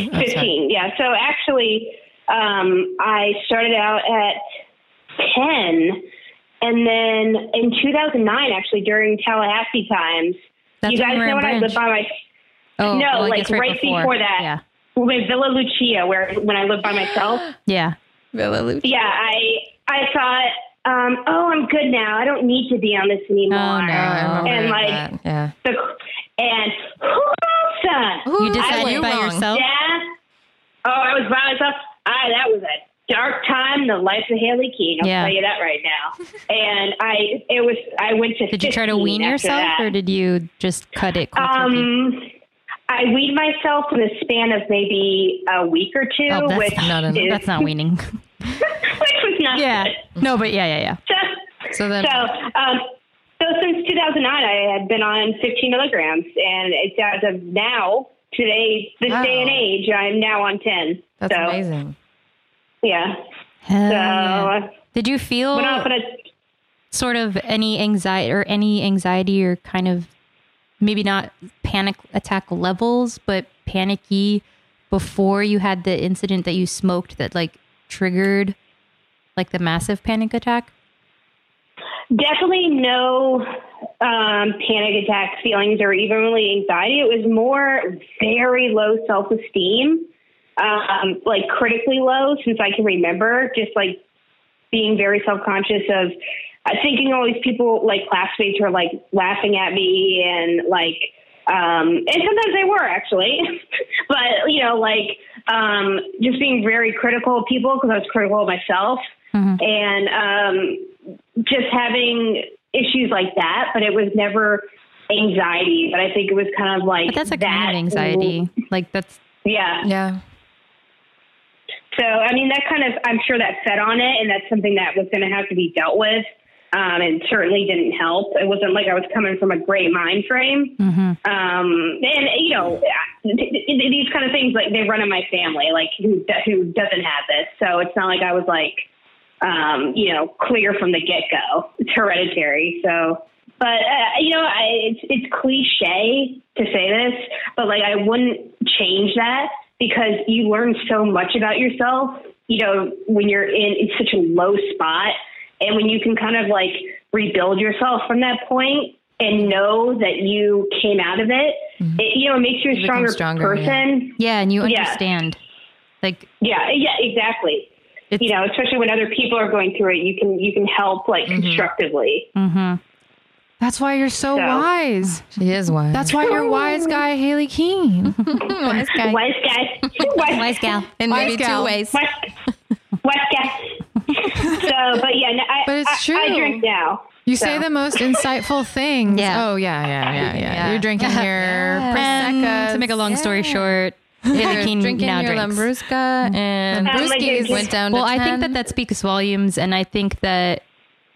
[SPEAKER 3] sorry.
[SPEAKER 1] 15. Yeah. So actually, um, I started out at 10. And then in 2009, actually, during Tallahassee times,
[SPEAKER 2] That's
[SPEAKER 1] you
[SPEAKER 2] when
[SPEAKER 1] guys
[SPEAKER 2] we were
[SPEAKER 1] know
[SPEAKER 2] in
[SPEAKER 1] when I lived
[SPEAKER 2] Branch.
[SPEAKER 1] by my
[SPEAKER 2] Oh,
[SPEAKER 1] no,
[SPEAKER 2] well, I
[SPEAKER 1] like
[SPEAKER 2] guess
[SPEAKER 1] right, before. that.
[SPEAKER 2] Yeah.
[SPEAKER 1] Well, with Villa Lucia, where when I lived by myself.
[SPEAKER 2] Yeah.
[SPEAKER 3] Villa Lucia.
[SPEAKER 1] yeah, I I thought, um, oh, I'm good now. I don't need to be on this anymore.
[SPEAKER 2] Oh,
[SPEAKER 3] Oh, I
[SPEAKER 2] no.
[SPEAKER 3] remember
[SPEAKER 1] And, like,
[SPEAKER 3] that. Yeah.
[SPEAKER 1] The, and who else? uh,
[SPEAKER 2] You
[SPEAKER 3] Ooh,
[SPEAKER 2] decided
[SPEAKER 3] I was
[SPEAKER 2] by
[SPEAKER 3] wrong.
[SPEAKER 2] yourself?
[SPEAKER 1] Yeah. Oh, I was by myself. I that was a dark time in the life of Haley Keene. I'll
[SPEAKER 2] Yeah.
[SPEAKER 1] tell you that right now. and I it was I went to
[SPEAKER 2] Did you try to
[SPEAKER 1] 15
[SPEAKER 2] wean
[SPEAKER 1] after
[SPEAKER 2] yourself
[SPEAKER 1] that.
[SPEAKER 2] or did you just cut it cold turkey?
[SPEAKER 1] Um, I weaned myself in the span of maybe a week or two,
[SPEAKER 2] Oh, that's
[SPEAKER 1] which
[SPEAKER 3] not enough.
[SPEAKER 1] is,
[SPEAKER 2] That's not weaning.
[SPEAKER 1] which was not
[SPEAKER 2] yeah.
[SPEAKER 1] good.
[SPEAKER 2] No, but yeah, yeah, yeah.
[SPEAKER 1] So,
[SPEAKER 3] So then-
[SPEAKER 1] um, so since 2009, I had been on 15 milligrams, and it's as of now, today, this
[SPEAKER 3] Wow.
[SPEAKER 1] day and age, I'm now on 10.
[SPEAKER 3] That's
[SPEAKER 1] so,
[SPEAKER 3] amazing. Oh,
[SPEAKER 1] Yeah.
[SPEAKER 2] Hell
[SPEAKER 1] So, uh,
[SPEAKER 2] yeah. Did you feel
[SPEAKER 1] went off on a
[SPEAKER 2] sort of any anxiety or any anxiety or kind of maybe not panic attack levels, but panicky before you had the incident that you smoked that like triggered like the massive panic attack?
[SPEAKER 1] Definitely no um, panic attack feelings or even really anxiety. It was more very low self esteem, um, like critically low since I can remember, just like being very self conscious of uh, thinking all these people, like classmates, were like laughing at me and like, um, and sometimes they were actually, but you know, like um, just being very critical of people because I was critical of myself
[SPEAKER 2] Mm-hmm.
[SPEAKER 1] and um, just having issues like that. But it was never anxiety. But I think it was kind of like
[SPEAKER 2] But that's a
[SPEAKER 1] that.
[SPEAKER 2] kind of anxiety. Like that's
[SPEAKER 1] Yeah.
[SPEAKER 3] Yeah.
[SPEAKER 1] So I mean, that kind of I'm sure that fed on it, and that's something that was going to have to be dealt with. Um, and certainly didn't help. It wasn't like I was coming from a great mind frame. Um, and you know, th- th- th- these kind of things like they run in my family. Like who do- who doesn't have this? So it's not like I was like, um, you know, clear from the get go. It's hereditary. So, but uh, you know, I, it's it's cliche to say this, but like I wouldn't change that because you learn so much about yourself. You know, when you're in, in such a low spot, and when you can kind of like rebuild yourself from that point and know that you came out of it, it you know, it makes you a
[SPEAKER 3] Mm-hmm. You become
[SPEAKER 1] stronger,
[SPEAKER 3] stronger, yeah.
[SPEAKER 1] person.
[SPEAKER 2] yeah, and you
[SPEAKER 1] Yeah.
[SPEAKER 2] understand. Like
[SPEAKER 1] Yeah, yeah, exactly.
[SPEAKER 2] It's-
[SPEAKER 1] you know, especially when other people are going through it, you can you can help like
[SPEAKER 2] Mm-hmm.
[SPEAKER 1] constructively.
[SPEAKER 4] that's why you're so
[SPEAKER 1] So-
[SPEAKER 4] wise.
[SPEAKER 3] She is wise.
[SPEAKER 4] That's why you're wise guy Haley Keene.
[SPEAKER 3] wise guy.
[SPEAKER 1] Wise guy, wise,
[SPEAKER 2] wise gal.
[SPEAKER 3] In
[SPEAKER 4] Wise
[SPEAKER 3] maybe
[SPEAKER 4] gal.
[SPEAKER 3] two ways.
[SPEAKER 1] wise, wise guy. so, but yeah, no, I,
[SPEAKER 4] But it's
[SPEAKER 1] I- I,
[SPEAKER 4] true.
[SPEAKER 1] drink now.
[SPEAKER 4] You say the most insightful things.
[SPEAKER 2] Yeah.
[SPEAKER 4] Oh yeah, yeah, yeah, yeah.
[SPEAKER 3] Yeah.
[SPEAKER 4] You're drinking your
[SPEAKER 2] Um,
[SPEAKER 4] prosecco.
[SPEAKER 2] to make a long story short,
[SPEAKER 3] You're
[SPEAKER 2] Haley Keene
[SPEAKER 3] drinking
[SPEAKER 2] now
[SPEAKER 3] your
[SPEAKER 2] drinks.
[SPEAKER 3] Lambrusca and
[SPEAKER 1] Um, like
[SPEAKER 3] Brewskis
[SPEAKER 1] it's-
[SPEAKER 3] went down to
[SPEAKER 2] well, I
[SPEAKER 3] 10.
[SPEAKER 2] think that that speaks volumes, and I think that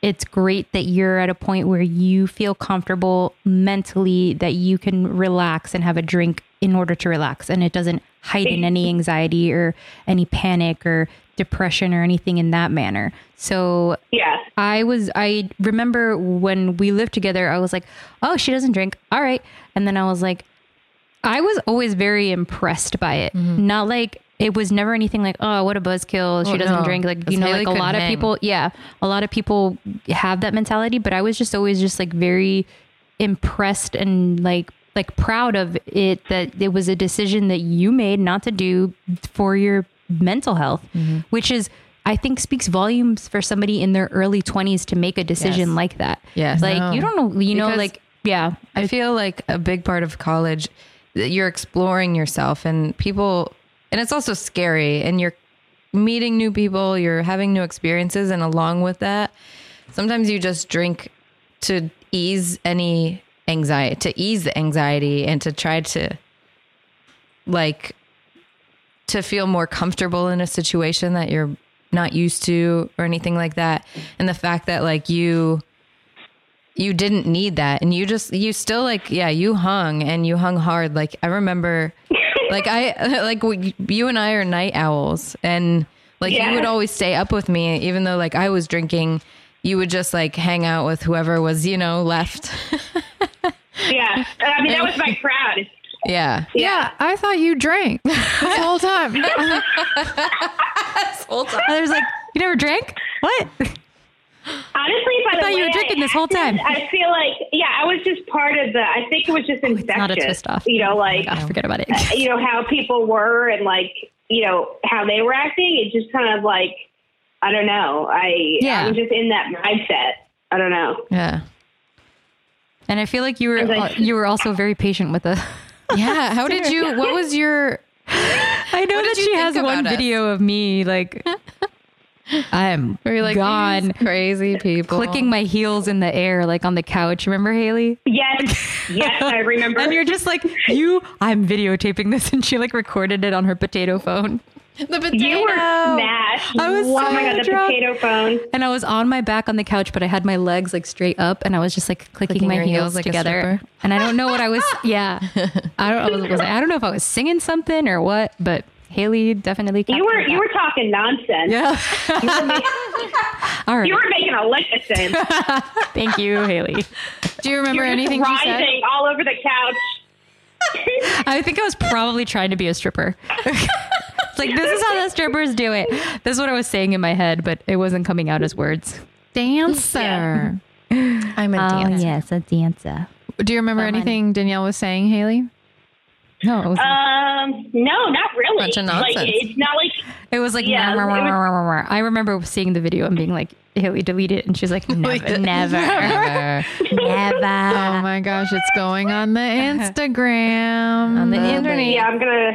[SPEAKER 2] it's great that you're at a point where you feel comfortable mentally that you can relax and have a drink in order to relax, and it doesn't heighten any anxiety or any panic or depression or anything in that manner. So
[SPEAKER 1] Yeah,
[SPEAKER 2] I was I remember when we lived together, I was like, Oh, she doesn't drink. All right. And then I was like, I was always very impressed by it.
[SPEAKER 3] Mm-hmm.
[SPEAKER 2] Not like it was never anything like, oh, what a buzzkill. She
[SPEAKER 3] Well,
[SPEAKER 2] doesn't
[SPEAKER 3] no,
[SPEAKER 2] drink. Like,
[SPEAKER 3] 'cause
[SPEAKER 2] you know,
[SPEAKER 3] Haley
[SPEAKER 2] like a
[SPEAKER 3] couldn't
[SPEAKER 2] lot of
[SPEAKER 3] hang.
[SPEAKER 2] people, yeah, a lot of people have that mentality, but I was just always just like very impressed and like, like proud of it that it
[SPEAKER 3] Mm-hmm.
[SPEAKER 2] was a decision that you made not to do for your mental health, which is I think speaks volumes for somebody in their early 20s to make a
[SPEAKER 3] Yes.
[SPEAKER 2] decision like that.
[SPEAKER 3] Yes.
[SPEAKER 2] Like
[SPEAKER 4] No.
[SPEAKER 2] you don't know, you know,
[SPEAKER 3] Because-
[SPEAKER 2] like, yeah,
[SPEAKER 3] I feel like a big part of college that you're exploring yourself and people and it's also scary and you're meeting new people, you're having new experiences and along with that, sometimes you just drink to ease any anxiety, to ease the anxiety and to try to like to feel more comfortable in a situation that you're not used to or anything like that. And the fact that like you you didn't need that and you just you still like yeah you hung and you hung hard like i remember like i like we, you and i are night owls and like
[SPEAKER 1] Yeah.
[SPEAKER 3] you would always stay up with me even though like i was drinking you would just like hang out with whoever was you know left
[SPEAKER 1] Yeah. I mean, that was my crowd.
[SPEAKER 3] yeah
[SPEAKER 4] Yeah, I thought you drank this whole time.
[SPEAKER 2] Others like, you never drank? What?
[SPEAKER 1] Honestly, by the
[SPEAKER 2] thought
[SPEAKER 1] way,
[SPEAKER 2] you were drinking this whole time.
[SPEAKER 1] I feel like, yeah, I was just part of the. I think it was just infectious.
[SPEAKER 2] Oh, not a twist off. Oh
[SPEAKER 1] You know, like
[SPEAKER 2] I forget about it.
[SPEAKER 1] Uh, you know how people were and like you know how they were acting. It just kind of like I don't know. I
[SPEAKER 3] Yeah.
[SPEAKER 1] I'm just in that mindset. I don't know.
[SPEAKER 3] yeah
[SPEAKER 2] And I feel like you were
[SPEAKER 1] like-
[SPEAKER 2] you were also very patient with us.
[SPEAKER 3] yeah how did you what was your
[SPEAKER 2] I know
[SPEAKER 3] did
[SPEAKER 2] that
[SPEAKER 3] you
[SPEAKER 2] she
[SPEAKER 3] think
[SPEAKER 2] has one
[SPEAKER 3] about us?
[SPEAKER 2] video of me like I'm
[SPEAKER 3] were you like
[SPEAKER 2] gone
[SPEAKER 3] "These crazy people
[SPEAKER 2] clicking my heels in the air like on the couch. Remember Haley?
[SPEAKER 1] Yes, yes, I remember.
[SPEAKER 2] And you're just like, you I'm videotaping this and she like recorded it on her potato phone.
[SPEAKER 3] the potato
[SPEAKER 1] you were smashed.
[SPEAKER 2] I was
[SPEAKER 1] oh
[SPEAKER 2] so
[SPEAKER 1] my god, the
[SPEAKER 2] drunk.
[SPEAKER 1] potato phone.
[SPEAKER 2] And I was on my back on the couch, but I had my legs like straight up, and I was just like clicking,
[SPEAKER 3] Clicking
[SPEAKER 2] my
[SPEAKER 3] your
[SPEAKER 2] heels,
[SPEAKER 3] heels like a
[SPEAKER 2] together.
[SPEAKER 3] stripper.
[SPEAKER 2] and I don't know what I was. Yeah, I don't. I was, was I, I don't know if I was singing something or what, but Haley definitely.
[SPEAKER 1] You were
[SPEAKER 2] captured
[SPEAKER 1] you
[SPEAKER 2] that.
[SPEAKER 1] were talking nonsense.
[SPEAKER 2] Yeah. All right.
[SPEAKER 1] You were making a lick of sense.
[SPEAKER 2] Thank you, Haley.
[SPEAKER 3] do you remember
[SPEAKER 1] You're just
[SPEAKER 3] anything she said
[SPEAKER 1] writhing all over the couch.
[SPEAKER 2] I think I was probably trying to be a stripper. It's like this is how the strippers do it. This is what I was saying in my head, but it wasn't coming out as words.
[SPEAKER 4] Dancer.
[SPEAKER 3] i'm a dancer
[SPEAKER 2] Oh, yes, a dancer.
[SPEAKER 4] Do you remember
[SPEAKER 2] Someone-
[SPEAKER 4] anything Danielle was saying, Haley?
[SPEAKER 2] No, it was,
[SPEAKER 1] Um, no, not really.
[SPEAKER 3] Bunch of
[SPEAKER 1] Like,
[SPEAKER 3] nonsense.
[SPEAKER 1] it's not like
[SPEAKER 2] it was like.
[SPEAKER 1] yeah,
[SPEAKER 2] "Rah, rah,
[SPEAKER 1] it
[SPEAKER 2] rah,
[SPEAKER 1] was-
[SPEAKER 2] rah, rah, rah." I remember seeing the video and being like, Haley, delete it, and she's like, never, never,
[SPEAKER 4] Oh
[SPEAKER 2] never.
[SPEAKER 4] my gosh, it's going on the Instagram.
[SPEAKER 3] on the
[SPEAKER 2] Well,
[SPEAKER 3] internet
[SPEAKER 1] yeah. I'm gonna.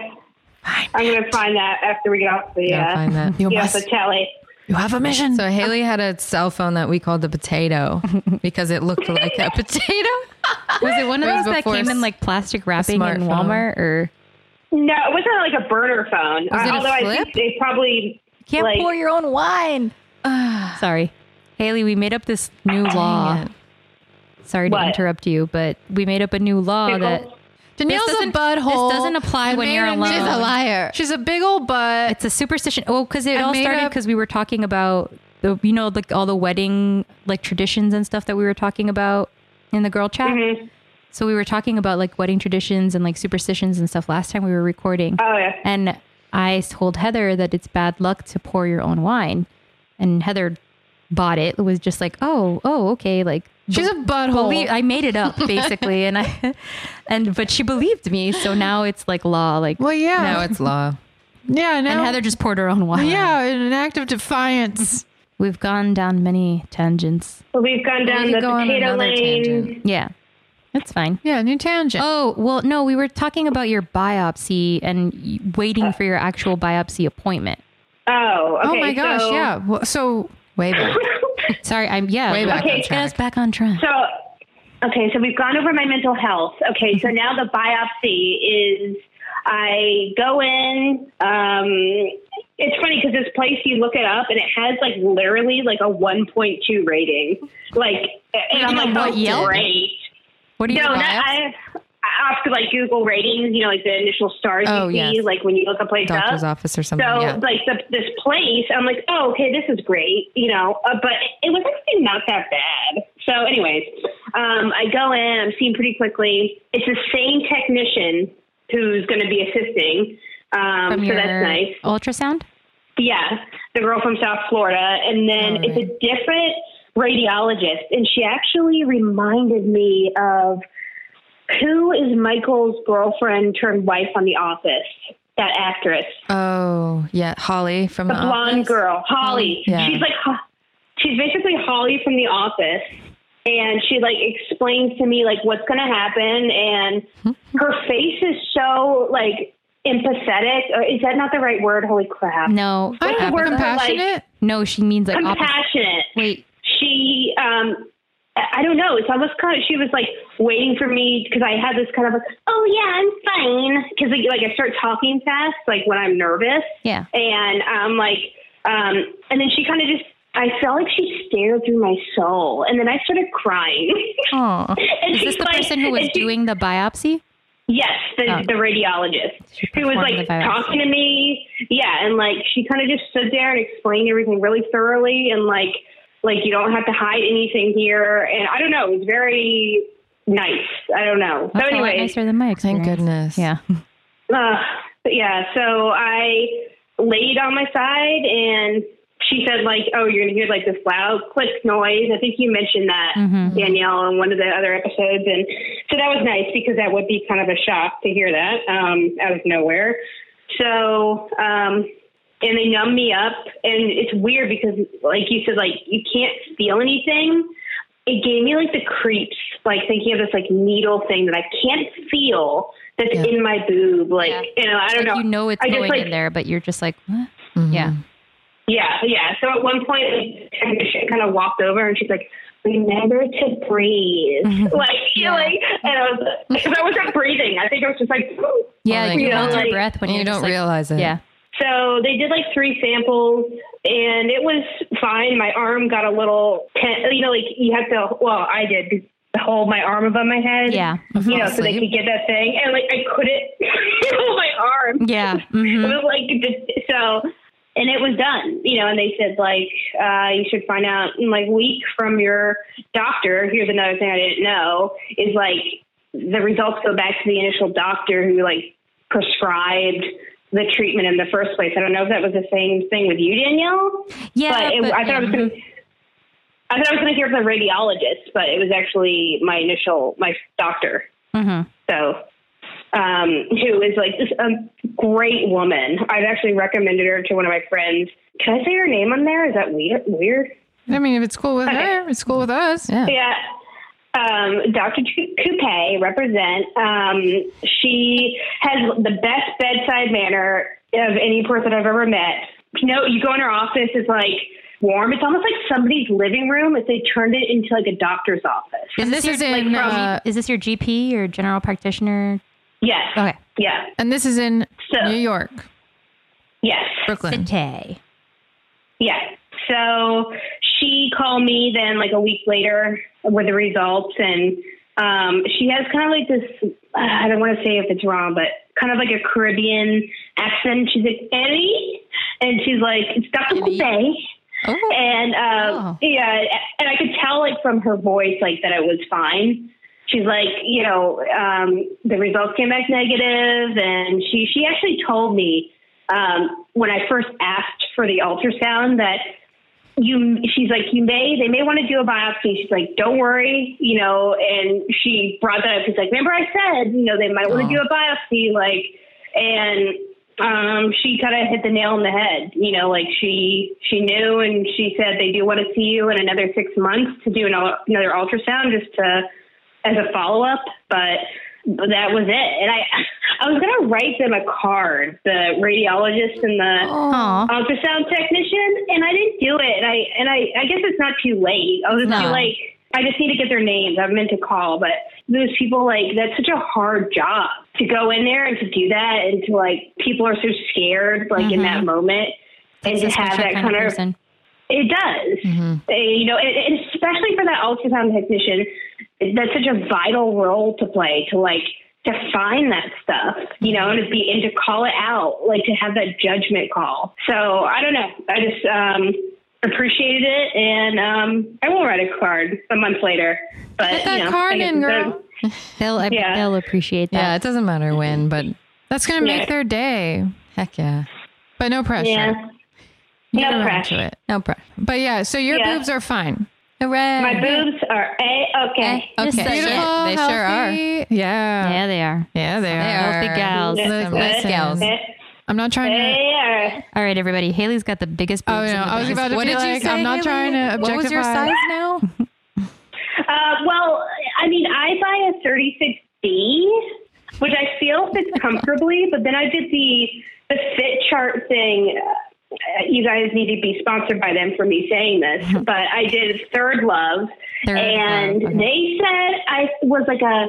[SPEAKER 1] I'm gonna find that after we get off the
[SPEAKER 3] Gotta
[SPEAKER 1] uh,
[SPEAKER 3] find that.
[SPEAKER 4] You,
[SPEAKER 1] get off the
[SPEAKER 4] must,
[SPEAKER 1] telly.
[SPEAKER 4] you have a mission.
[SPEAKER 3] So Haley had a cell phone that we called the potato because it looked like a potato.
[SPEAKER 2] Was it one of
[SPEAKER 3] It
[SPEAKER 2] those
[SPEAKER 3] was
[SPEAKER 2] that
[SPEAKER 3] before
[SPEAKER 2] came in
[SPEAKER 3] s-
[SPEAKER 2] like plastic wrapping in
[SPEAKER 3] smartphone.
[SPEAKER 2] Walmart or
[SPEAKER 1] No, it wasn't like a burner phone.
[SPEAKER 3] Was it a
[SPEAKER 1] although I
[SPEAKER 3] flip?
[SPEAKER 1] think they probably
[SPEAKER 2] can't
[SPEAKER 1] Like-
[SPEAKER 2] pour your own wine? Sorry, Haley, we made up this new law.
[SPEAKER 3] it.
[SPEAKER 2] Sorry to
[SPEAKER 1] What?
[SPEAKER 2] interrupt you, but we made up a new law that
[SPEAKER 1] Pickles.
[SPEAKER 4] Danielle's
[SPEAKER 2] this
[SPEAKER 4] a
[SPEAKER 2] doesn't-
[SPEAKER 4] butthole.
[SPEAKER 2] this doesn't apply
[SPEAKER 4] And
[SPEAKER 2] when you're
[SPEAKER 4] Megan-
[SPEAKER 2] alone. She's a
[SPEAKER 3] liar.
[SPEAKER 4] She's a big old butt.
[SPEAKER 2] it's a superstition. Oh, because it
[SPEAKER 4] I
[SPEAKER 2] all
[SPEAKER 4] made
[SPEAKER 2] started
[SPEAKER 4] up-
[SPEAKER 2] because we were talking about the you know like all the wedding like traditions and stuff that we were talking about in the girl chat.
[SPEAKER 1] Mm-hmm.
[SPEAKER 2] So we were talking about like wedding traditions and like superstitions and stuff last time we were recording.
[SPEAKER 1] Oh yeah.
[SPEAKER 2] And I told Heather that it's bad luck to pour your own wine. And Heather bought it. It was just like, oh, oh, okay. Like
[SPEAKER 4] She's a butthole.
[SPEAKER 2] believe I made it up basically. and I and but she believed me. So now it's like law. Like
[SPEAKER 4] well, yeah.
[SPEAKER 3] Now it's law.
[SPEAKER 4] yeah, now.
[SPEAKER 2] and Heather just poured her own wine.
[SPEAKER 4] yeah, in an act of defiance.
[SPEAKER 2] We've gone down many tangents.
[SPEAKER 1] Well, we've gone down
[SPEAKER 3] could
[SPEAKER 1] the
[SPEAKER 3] go on
[SPEAKER 1] potato
[SPEAKER 3] another
[SPEAKER 1] lane.
[SPEAKER 3] tangent.
[SPEAKER 2] Yeah. That's fine.
[SPEAKER 4] yeah, new tangent.
[SPEAKER 2] Oh, well, no, we were talking about your biopsy and y- waiting for your actual biopsy appointment.
[SPEAKER 1] Oh, okay,
[SPEAKER 4] oh my gosh,
[SPEAKER 1] so,
[SPEAKER 4] yeah. Well, so
[SPEAKER 3] Way back.
[SPEAKER 2] Sorry, I'm yeah.
[SPEAKER 3] Way back
[SPEAKER 1] Okay.
[SPEAKER 3] on
[SPEAKER 2] Get us
[SPEAKER 3] track.
[SPEAKER 2] back on track.
[SPEAKER 1] So, okay, so we've gone over my mental health. Okay, so now the biopsy is I go in. Um, it's funny because this place you look it up and it has like literally like a 1.2, rating. Like, and I'm like,
[SPEAKER 2] what,
[SPEAKER 1] oh,
[SPEAKER 2] Yelp?
[SPEAKER 1] great.
[SPEAKER 2] What do you
[SPEAKER 1] No, not,
[SPEAKER 2] think?
[SPEAKER 1] I, I ask like Google ratings, you know, like the initial stars
[SPEAKER 3] Oh,
[SPEAKER 1] you see,
[SPEAKER 3] yes.
[SPEAKER 1] like when you look a place
[SPEAKER 3] Doctor's
[SPEAKER 1] up.
[SPEAKER 3] office or
[SPEAKER 1] So,
[SPEAKER 3] something. yeah.
[SPEAKER 1] like the, this place, I'm like, oh, okay, this is great, you know. Uh, but it was actually not that bad. So, anyways, um, I go in, I'm seen pretty quickly. It's the same technician who's going to be assisting. Um,
[SPEAKER 2] From
[SPEAKER 1] so
[SPEAKER 2] your
[SPEAKER 1] that's nice.
[SPEAKER 2] ultrasound?
[SPEAKER 1] Yeah, the girl from South Florida, and then it's a different radiologist, and she actually reminded me of who is Michael's girlfriend turned wife on The Office. that actress,
[SPEAKER 3] Oh, yeah. Holly from
[SPEAKER 1] the
[SPEAKER 3] the,
[SPEAKER 1] blonde
[SPEAKER 3] Office.
[SPEAKER 1] girl, Holly.
[SPEAKER 3] yeah.
[SPEAKER 1] She's like, Ho- she's basically Holly from The Office. And she like explains to me like what's gonna happen, and her face is so like empathetic. Or is that not the right word? Holy crap!
[SPEAKER 2] No,
[SPEAKER 4] I
[SPEAKER 1] the
[SPEAKER 4] don't
[SPEAKER 1] word
[SPEAKER 4] know.
[SPEAKER 1] for, like-
[SPEAKER 4] Compassionate?
[SPEAKER 2] no, she means like opposite.
[SPEAKER 1] Compassionate.
[SPEAKER 2] Wait,
[SPEAKER 1] she um I I don't know. It's almost kind of she was like waiting for me because I had this kind of like, oh yeah, I'm fine because like, like I start talking fast like when I'm nervous
[SPEAKER 2] yeah.
[SPEAKER 1] and I'm like um and then she kind of just I felt like she stared through my soul and then I started crying.
[SPEAKER 2] Oh,
[SPEAKER 1] and
[SPEAKER 2] is this
[SPEAKER 1] she's
[SPEAKER 2] the
[SPEAKER 1] like-
[SPEAKER 2] person who was
[SPEAKER 1] and she-
[SPEAKER 2] doing the biopsy?
[SPEAKER 1] Yes, the,
[SPEAKER 2] Oh.
[SPEAKER 1] the radiologist
[SPEAKER 2] She
[SPEAKER 1] who was
[SPEAKER 2] performed
[SPEAKER 1] like
[SPEAKER 2] the biopsy.
[SPEAKER 1] talking to me. Yeah, and like she kind of just stood there and explained everything really thoroughly, and like like you don't have to hide anything here. And I don't know, it was very nice. I don't know.
[SPEAKER 2] That's
[SPEAKER 1] so
[SPEAKER 2] a lot
[SPEAKER 1] anyway,
[SPEAKER 2] nicer than my
[SPEAKER 3] Thank
[SPEAKER 2] experience.
[SPEAKER 3] goodness.
[SPEAKER 2] Yeah.
[SPEAKER 1] uh, but yeah. So I laid on my side, and she said like, "Oh, you're gonna hear like this loud click noise." I think you mentioned that.
[SPEAKER 2] Mhm.
[SPEAKER 1] Danielle in one of the other episodes, and so that was nice because that would be kind of a shock to hear that um, out of nowhere. So, um, and they numb me up, and it's weird because, like you said, like you can't feel anything. It gave me like the creeps, like thinking of this like needle thing that I can't feel that's
[SPEAKER 3] Yeah.
[SPEAKER 1] in my boob. Like, you know, I don't know.
[SPEAKER 2] Like, you know it's
[SPEAKER 1] I just,
[SPEAKER 2] going
[SPEAKER 1] like-
[SPEAKER 2] in there, but you're just like, what?
[SPEAKER 3] Mhm.
[SPEAKER 2] yeah.
[SPEAKER 1] Yeah, yeah. So at one point, like, the technician kind of walked over and she's like, "Remember to breathe." like, you know, like, and I was, because I wasn't breathing. I think I was just like.
[SPEAKER 2] Yeah,
[SPEAKER 3] Like,
[SPEAKER 2] you
[SPEAKER 1] you know,
[SPEAKER 2] hold your
[SPEAKER 1] like-
[SPEAKER 2] breath when
[SPEAKER 3] And you
[SPEAKER 2] you're
[SPEAKER 3] don't
[SPEAKER 2] just like,
[SPEAKER 3] realize it.
[SPEAKER 2] Yeah.
[SPEAKER 1] So they did like three samples, and it was fine. My arm got a little, ten- you know, like you have to. Well, I did hold my arm above my head.
[SPEAKER 2] Yeah.
[SPEAKER 1] You know, so they
[SPEAKER 3] Asleep.
[SPEAKER 1] could get that thing, and like I couldn't hold my arm.
[SPEAKER 2] Yeah.
[SPEAKER 1] It
[SPEAKER 2] hmm
[SPEAKER 1] was like the- so, and it was done, you know. And they said like uh, you should find out in like a week from your doctor. Here's another thing I didn't know is like the results go back to the initial doctor who like prescribed the treatment in the first place. I don't know if that was the same thing with you, Danielle.
[SPEAKER 2] Yeah.
[SPEAKER 1] but, it,
[SPEAKER 2] but- mm-hmm.
[SPEAKER 1] I thought I was gonna. I thought I was going to hear from the radiologist, but it was actually my initial my doctor.
[SPEAKER 2] Mhm.
[SPEAKER 1] So, um, who is like just a great woman. I've actually recommended her to one of my friends. Can I say her name on there? Is that weird? Weird?
[SPEAKER 4] I mean, if it's cool with her, it's cool with us.
[SPEAKER 3] Yeah.
[SPEAKER 1] Yeah. Um, Dr. Ch- Coupe, represent. Um, she has the best bedside manner of any person I've ever met. You know, you go in her office, it's like warm. It's almost like somebody's living room if they turned it into like a doctor's office.
[SPEAKER 4] And this is in, uh,
[SPEAKER 2] Is this your GP or general practitioner?
[SPEAKER 1] Yes.
[SPEAKER 2] Okay.
[SPEAKER 1] Yeah.
[SPEAKER 4] and this is in
[SPEAKER 1] So-
[SPEAKER 4] New York,
[SPEAKER 1] Yes.
[SPEAKER 4] Brooklyn.
[SPEAKER 2] Okay.
[SPEAKER 1] Yeah. So she called me then like a week later with the results and um, she has kind of like this I don't want to say if it's wrong, but kind of like a Caribbean accent. She's like, Ellie and she's like, It's Dr. Coupe.
[SPEAKER 3] Oh.
[SPEAKER 1] And um,
[SPEAKER 2] Oh.
[SPEAKER 1] yeah, and I could tell like from her voice like that it was fine. She's like, you know, um, the results came back negative, and she she actually told me um, when I first asked for the ultrasound that you she's like you may they may want to do a biopsy she's like don't worry you know and she brought that up she's like remember i said you know they might want to do a biopsy like and um she kind of hit the nail on the head you know like she she knew and she said they do want to see you in another six months to do an, ul- another ultrasound just to as a follow up but that was it and i i was going to write them a card the radiologist and the
[SPEAKER 2] Aw.
[SPEAKER 1] ultrasound technician, and I didn't do it. And I and I, I guess it's not too late. I was just
[SPEAKER 2] No.
[SPEAKER 1] like, I just need to get their names. I meant to call, but those people like that's such a hard job to go in there and to do that, and to like people are so scared like in that
[SPEAKER 2] Mm-hmm.
[SPEAKER 1] moment, and to
[SPEAKER 2] This
[SPEAKER 1] have
[SPEAKER 2] special
[SPEAKER 1] that kind of
[SPEAKER 2] person.
[SPEAKER 1] it does. Uh, You know, and, and especially for that ultrasound technician, that's such a vital role to play to like to find that stuff, you know, and to be and to call it out, like to have that judgment call. So I don't know. I just um appreciated it and um I will write a card a month later. But
[SPEAKER 4] Get that
[SPEAKER 1] you know,
[SPEAKER 4] card
[SPEAKER 1] I guess
[SPEAKER 4] in,
[SPEAKER 1] it's-
[SPEAKER 4] girl.
[SPEAKER 2] They'll,
[SPEAKER 1] Yeah.
[SPEAKER 2] they'll appreciate
[SPEAKER 3] Yeah. It
[SPEAKER 2] that.
[SPEAKER 3] doesn't matter when, but
[SPEAKER 4] That's gonna make
[SPEAKER 1] Yeah.
[SPEAKER 4] their day,
[SPEAKER 3] heck yeah.
[SPEAKER 4] but no pressure.
[SPEAKER 1] Yeah.
[SPEAKER 4] You
[SPEAKER 1] No
[SPEAKER 4] get around
[SPEAKER 1] pressure.
[SPEAKER 4] to it.
[SPEAKER 3] No problem.
[SPEAKER 4] But yeah, so your
[SPEAKER 1] Yeah.
[SPEAKER 4] boobs are fine.
[SPEAKER 3] Hooray.
[SPEAKER 1] My boobs are a okay.
[SPEAKER 2] Just
[SPEAKER 3] Okay.
[SPEAKER 2] say it.
[SPEAKER 4] Beautiful,
[SPEAKER 3] They sure are.
[SPEAKER 4] healthy. Yeah.
[SPEAKER 2] Yeah, they are.
[SPEAKER 4] Yeah, they
[SPEAKER 3] They
[SPEAKER 4] are.
[SPEAKER 3] are.
[SPEAKER 2] Healthy gals.
[SPEAKER 1] Yeah.
[SPEAKER 3] Some nice
[SPEAKER 1] Yeah.
[SPEAKER 3] gals.
[SPEAKER 1] Okay.
[SPEAKER 4] I'm not trying to.
[SPEAKER 1] Yeah.
[SPEAKER 2] All right, everybody. Haley's got the biggest boobs.
[SPEAKER 4] Oh,
[SPEAKER 2] in
[SPEAKER 4] no.
[SPEAKER 2] the
[SPEAKER 4] I was
[SPEAKER 2] biz.
[SPEAKER 4] about to
[SPEAKER 3] What
[SPEAKER 4] be
[SPEAKER 3] did you
[SPEAKER 4] like,
[SPEAKER 3] say?
[SPEAKER 4] I'm
[SPEAKER 3] Haley?
[SPEAKER 4] not trying to objectify.
[SPEAKER 3] What was your size now?
[SPEAKER 1] Uh, well, I mean, I buy a 36B, which I feel fits comfortably, but then I did the the fit chart thing. Uh, You guys need to be sponsored by them for me saying this, but I did Third Love,
[SPEAKER 3] Third
[SPEAKER 1] and
[SPEAKER 3] Love, okay.
[SPEAKER 1] they said I was like a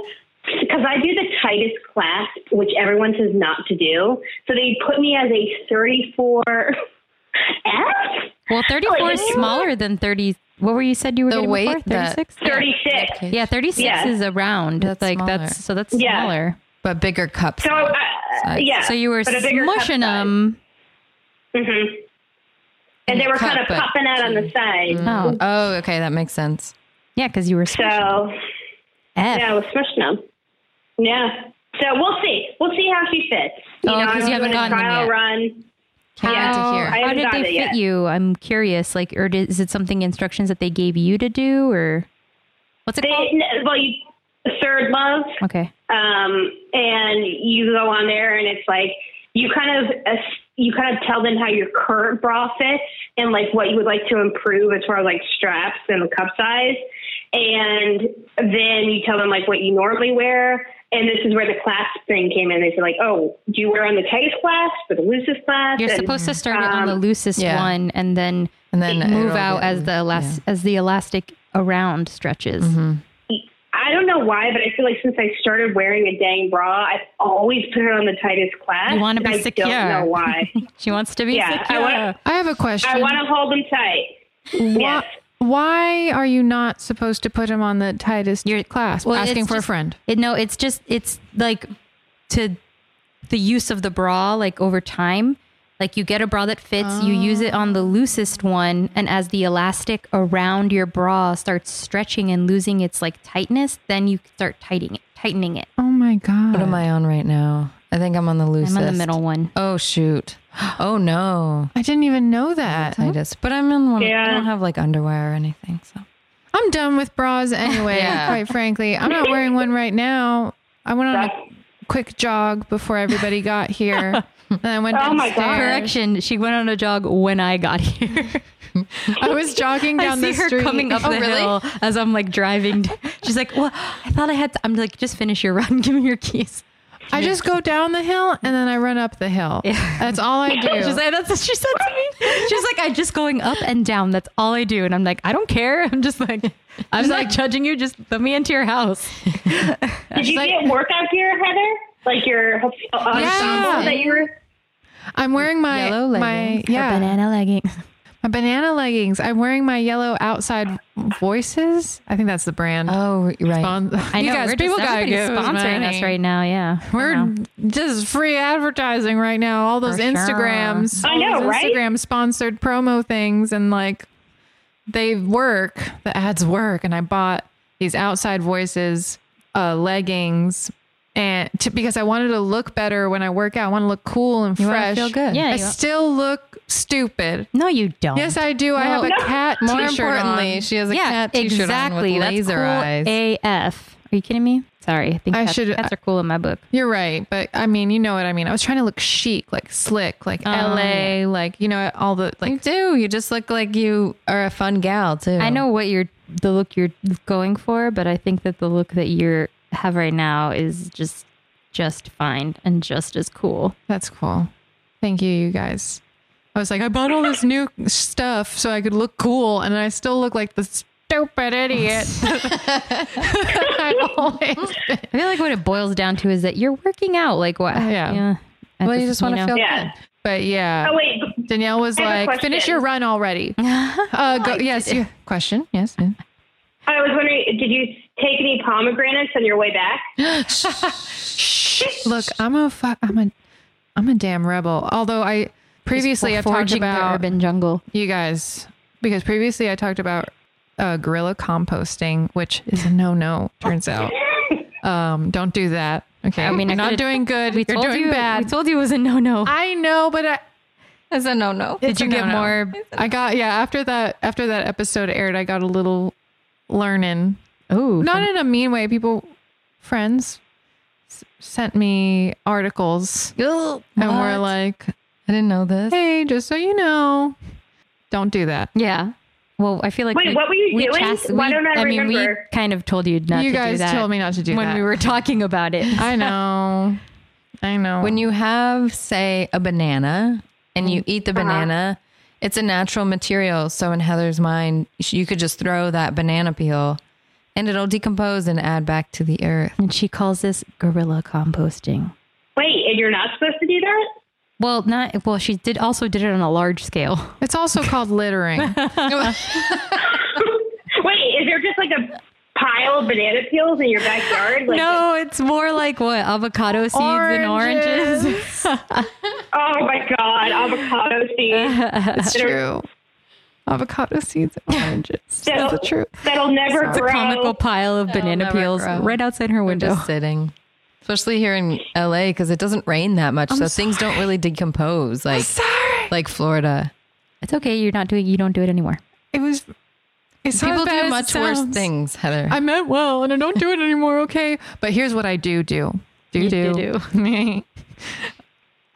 [SPEAKER 1] because I do the tightest class, which everyone says not to do. So they put me as a 34 F.
[SPEAKER 2] Well, 34 is
[SPEAKER 1] Like-
[SPEAKER 2] smaller than 30. What were you said you were
[SPEAKER 3] The
[SPEAKER 2] getting
[SPEAKER 3] weight
[SPEAKER 2] before?
[SPEAKER 3] that-
[SPEAKER 2] 36? Yeah.
[SPEAKER 1] 36.
[SPEAKER 3] Okay.
[SPEAKER 2] Yeah, 36
[SPEAKER 1] Yeah.
[SPEAKER 2] is around.
[SPEAKER 3] That's
[SPEAKER 2] like
[SPEAKER 3] smaller.
[SPEAKER 2] that's so that's
[SPEAKER 1] Yeah.
[SPEAKER 2] smaller.
[SPEAKER 3] But bigger cups.
[SPEAKER 1] So, uh,
[SPEAKER 3] Size.
[SPEAKER 1] yeah.
[SPEAKER 2] So you were
[SPEAKER 1] but a bigger cup
[SPEAKER 2] smushing
[SPEAKER 1] size.
[SPEAKER 2] them.
[SPEAKER 1] hmm And they were
[SPEAKER 3] Cut,
[SPEAKER 1] kind of
[SPEAKER 3] but- Mm.
[SPEAKER 1] popping out on the side.
[SPEAKER 2] Oh,
[SPEAKER 3] oh, okay, that makes sense.
[SPEAKER 2] yeah, because you were
[SPEAKER 1] So,
[SPEAKER 2] smushing F.
[SPEAKER 1] yeah, I was smushing them. Yeah. So we'll see. We'll see how she fits. You
[SPEAKER 3] Oh,
[SPEAKER 1] know,
[SPEAKER 3] 'cause
[SPEAKER 1] I'm
[SPEAKER 3] you haven't
[SPEAKER 1] doing a
[SPEAKER 3] gotten them
[SPEAKER 1] trial
[SPEAKER 3] yet.
[SPEAKER 1] run.
[SPEAKER 3] Can't wait
[SPEAKER 2] How-
[SPEAKER 3] to hear.
[SPEAKER 1] I
[SPEAKER 2] How
[SPEAKER 1] haven't
[SPEAKER 2] did
[SPEAKER 1] got
[SPEAKER 2] they
[SPEAKER 1] it
[SPEAKER 2] fit
[SPEAKER 1] yet.
[SPEAKER 2] you? I'm curious. Like, or did, is it something instructions that they gave you to do, or what's it
[SPEAKER 1] They,
[SPEAKER 2] called?
[SPEAKER 1] n- well, you, third love,
[SPEAKER 2] Okay.
[SPEAKER 1] um, and you go on there, and it's like you kind of uh, you kind of tell them how your current bra fits and like what you would like to improve as far as like straps and the cup size, and then you tell them like what you normally wear. And this is where the clasp thing came in. They said like, oh, do you wear on the tightest clasp or the loosest clasp?
[SPEAKER 2] You're
[SPEAKER 1] And-
[SPEAKER 2] supposed to start it on the
[SPEAKER 1] um,
[SPEAKER 2] loosest
[SPEAKER 3] yeah.
[SPEAKER 2] one, and then
[SPEAKER 3] And then
[SPEAKER 2] move
[SPEAKER 3] it'll
[SPEAKER 2] out
[SPEAKER 3] get-
[SPEAKER 2] as the elas- as the elastic around stretches.
[SPEAKER 3] Mm-hmm.
[SPEAKER 1] I don't know why, but I feel like since I started wearing a dang bra, I've always put it on the tightest clasp.
[SPEAKER 2] You wanna
[SPEAKER 1] and
[SPEAKER 2] be
[SPEAKER 1] I
[SPEAKER 2] secure.
[SPEAKER 1] don't know why.
[SPEAKER 2] She wants to be
[SPEAKER 1] Yeah, I
[SPEAKER 2] secure.
[SPEAKER 1] wanna-
[SPEAKER 4] I have a question.
[SPEAKER 1] I want to hold them tight.
[SPEAKER 4] Why,
[SPEAKER 1] Yes.
[SPEAKER 4] why are you not supposed to put him on the tightest
[SPEAKER 2] You're-
[SPEAKER 4] clasp?
[SPEAKER 2] well,
[SPEAKER 4] asking
[SPEAKER 2] it's
[SPEAKER 4] for
[SPEAKER 2] just-
[SPEAKER 4] a friend.
[SPEAKER 2] It, no, it's just it's like to the use of the bra like over time. Like you get a bra that fits, you use it
[SPEAKER 4] Oh.
[SPEAKER 2] on the loosest one, and as the elastic around your bra starts stretching and losing its like tightness, then you start tightening it. Tightening it.
[SPEAKER 4] Oh my god.
[SPEAKER 3] What am I on right now? I think I'm on the loosest.
[SPEAKER 2] I'm on the middle one.
[SPEAKER 3] Oh shoot. Oh no.
[SPEAKER 4] I didn't even know that.
[SPEAKER 3] Titus. But I'm in one. I
[SPEAKER 1] Yeah.
[SPEAKER 3] don't have like underwear or anything. So
[SPEAKER 4] I'm done with bras anyway,
[SPEAKER 3] Yeah.
[SPEAKER 4] quite frankly. I'm not wearing one right now. I went on
[SPEAKER 1] That's-
[SPEAKER 4] a quick jog before everybody got here. and I went
[SPEAKER 1] Oh my God.
[SPEAKER 4] downstairs.
[SPEAKER 2] Correction: She went on a jog when I got here.
[SPEAKER 4] I was jogging
[SPEAKER 2] I
[SPEAKER 4] down
[SPEAKER 2] see
[SPEAKER 4] the
[SPEAKER 2] her
[SPEAKER 4] street. Oh,
[SPEAKER 2] coming up the hill as I'm like driving. She's like, "Well, I thought I had." To, I'm like, "Just finish your run. Give me your keys."
[SPEAKER 4] I just go down the hill and then I run up the hill. That's all I do.
[SPEAKER 2] She's like, that's what she said to me. She's like, I'm just going up and down. That's all I do. And I'm like, I don't care. I'm just like, I'm not judging you. Just let me into your house.
[SPEAKER 1] Did you get workout gear, Heather? Like your uh, ensemble that you were.
[SPEAKER 4] I'm wearing my my yeah
[SPEAKER 2] banana leggings.
[SPEAKER 4] my banana leggings. I'm wearing my yellow outside voices. I think that's the brand.
[SPEAKER 3] Oh right.
[SPEAKER 4] Spon-
[SPEAKER 2] I know.
[SPEAKER 4] you guys,
[SPEAKER 2] we're
[SPEAKER 4] people
[SPEAKER 2] just,
[SPEAKER 4] gotta
[SPEAKER 2] everybody's
[SPEAKER 4] give us
[SPEAKER 2] sponsoring
[SPEAKER 4] money.
[SPEAKER 2] us right now. Yeah. I
[SPEAKER 4] We're
[SPEAKER 2] know.
[SPEAKER 4] just free advertising right now. All those
[SPEAKER 2] For sure.
[SPEAKER 4] Instagrams,
[SPEAKER 1] I
[SPEAKER 4] all
[SPEAKER 1] know,
[SPEAKER 4] those
[SPEAKER 1] right?
[SPEAKER 4] Instagram sponsored promo things, and like they work. The ads work, and I bought these outside voices uh, leggings, and to, because I wanted to look better when I work out, I want to look cool and
[SPEAKER 3] You wanna
[SPEAKER 4] fresh.
[SPEAKER 3] feel good.
[SPEAKER 2] Yeah.
[SPEAKER 4] I
[SPEAKER 2] you-
[SPEAKER 4] still look stupid.
[SPEAKER 2] no, you don't.
[SPEAKER 4] Yes, I do. I have a
[SPEAKER 1] No.
[SPEAKER 4] cat
[SPEAKER 3] More
[SPEAKER 4] t-shirt
[SPEAKER 3] importantly,
[SPEAKER 4] on.
[SPEAKER 3] she has a
[SPEAKER 2] yeah,
[SPEAKER 3] cat t-shirt
[SPEAKER 2] exactly.
[SPEAKER 3] on with
[SPEAKER 2] That's
[SPEAKER 3] laser
[SPEAKER 2] cool
[SPEAKER 3] eyes.
[SPEAKER 2] AF. Are you kidding me? Sorry. I think
[SPEAKER 4] I
[SPEAKER 2] cats,
[SPEAKER 4] should-
[SPEAKER 2] cats are cool in my book.
[SPEAKER 4] You're right, but I mean, you know what I mean. I was trying to look chic, like slick, like LA, like you know, all the
[SPEAKER 3] you
[SPEAKER 4] like.
[SPEAKER 3] do. You just look like you are a fun gal too.
[SPEAKER 2] I know what you're the look you're going for, but I think that the look that you have right now is just just fine and just as cool.
[SPEAKER 4] That's cool. Thank you, you guys. I was like, I bought all this new stuff so I could look cool, and I still look like the stupid idiot. I always.
[SPEAKER 2] I feel like what it boils down to is that you're working out. Like what?
[SPEAKER 4] Yeah.
[SPEAKER 2] At
[SPEAKER 3] Well, you
[SPEAKER 2] this,
[SPEAKER 3] just want to
[SPEAKER 2] know.
[SPEAKER 3] feel
[SPEAKER 1] Yeah.
[SPEAKER 3] good.
[SPEAKER 4] But yeah,
[SPEAKER 1] Oh wait, b-
[SPEAKER 4] Danielle was
[SPEAKER 1] I have a
[SPEAKER 4] like,
[SPEAKER 1] question.
[SPEAKER 4] finish your run already. Uh, go, yes, you, question. Yes. yes.
[SPEAKER 1] I was wondering, did you take any pomegranates on your way back?
[SPEAKER 4] Look, I'm a fuck. I'm a. I'm a damn rebel. Although I previously I've talked
[SPEAKER 2] Forging the
[SPEAKER 4] about
[SPEAKER 2] urban jungle.
[SPEAKER 4] you guys because previously I talked about uh, gorilla composting, which is a no no. Turns out, um, don't do that. Okay, I
[SPEAKER 2] mean,
[SPEAKER 4] mean,
[SPEAKER 2] I
[SPEAKER 4] you're not
[SPEAKER 2] could've-
[SPEAKER 4] doing good.
[SPEAKER 2] We
[SPEAKER 4] you're
[SPEAKER 2] told
[SPEAKER 4] doing
[SPEAKER 2] you.
[SPEAKER 4] bad.
[SPEAKER 2] We told you it was a no no.
[SPEAKER 4] I know, but I,
[SPEAKER 3] As a no no.
[SPEAKER 2] Did you
[SPEAKER 4] a
[SPEAKER 2] get
[SPEAKER 4] no-no.
[SPEAKER 2] more?
[SPEAKER 4] I got yeah. After that, after that episode aired, I got a little learning,
[SPEAKER 2] Oh,
[SPEAKER 4] not in a mean way. People, friends, s- sent me articles,
[SPEAKER 3] And
[SPEAKER 4] and we're like,
[SPEAKER 3] I didn't know this.
[SPEAKER 4] "Hey, just so you know, don't do that."
[SPEAKER 2] Yeah. Well, I feel like
[SPEAKER 1] Wait, what were you doing? Why don't I
[SPEAKER 2] mean, we
[SPEAKER 1] remember?
[SPEAKER 2] kind of told you not
[SPEAKER 4] you
[SPEAKER 2] to do
[SPEAKER 4] guys
[SPEAKER 2] that
[SPEAKER 4] told me not to do
[SPEAKER 2] when
[SPEAKER 4] that
[SPEAKER 2] we were talking about it.
[SPEAKER 4] I know, I know.
[SPEAKER 3] When you have, say, a banana and you eat the banana, it's a natural material. So in Heather's mind, sh- you could just throw that banana peel and it'll decompose and add back to the earth.
[SPEAKER 2] and she calls this gorilla composting.
[SPEAKER 1] Wait, and you're not supposed to do that?
[SPEAKER 2] Well, not well. She did also did it on a large scale.
[SPEAKER 4] it's also called littering.
[SPEAKER 1] Wait, is there just like a pile of banana peels in your backyard? Like,
[SPEAKER 2] no, it's more like what avocado seeds and oranges.
[SPEAKER 1] Oh my god, avocado seeds.
[SPEAKER 4] It's true. Avocado seeds and oranges. That's
[SPEAKER 1] That'll-
[SPEAKER 4] the truth.
[SPEAKER 1] That'll never
[SPEAKER 2] It's a
[SPEAKER 1] grow.
[SPEAKER 2] comical pile of banana
[SPEAKER 3] never
[SPEAKER 2] peels
[SPEAKER 3] grow.
[SPEAKER 2] right outside her window.
[SPEAKER 3] Just sitting. Especially here in LA because it doesn't rain that much. so things don't really decompose like like Florida.
[SPEAKER 2] It's okay. You're not doing. You don't do it anymore.
[SPEAKER 4] It was. It's not
[SPEAKER 3] People
[SPEAKER 4] as bad as
[SPEAKER 3] do
[SPEAKER 4] it
[SPEAKER 3] much worse
[SPEAKER 4] sounds.
[SPEAKER 3] things, Heather.
[SPEAKER 4] I meant well, and I don't do it anymore. Okay, but here's what I do do do do
[SPEAKER 2] do
[SPEAKER 4] do.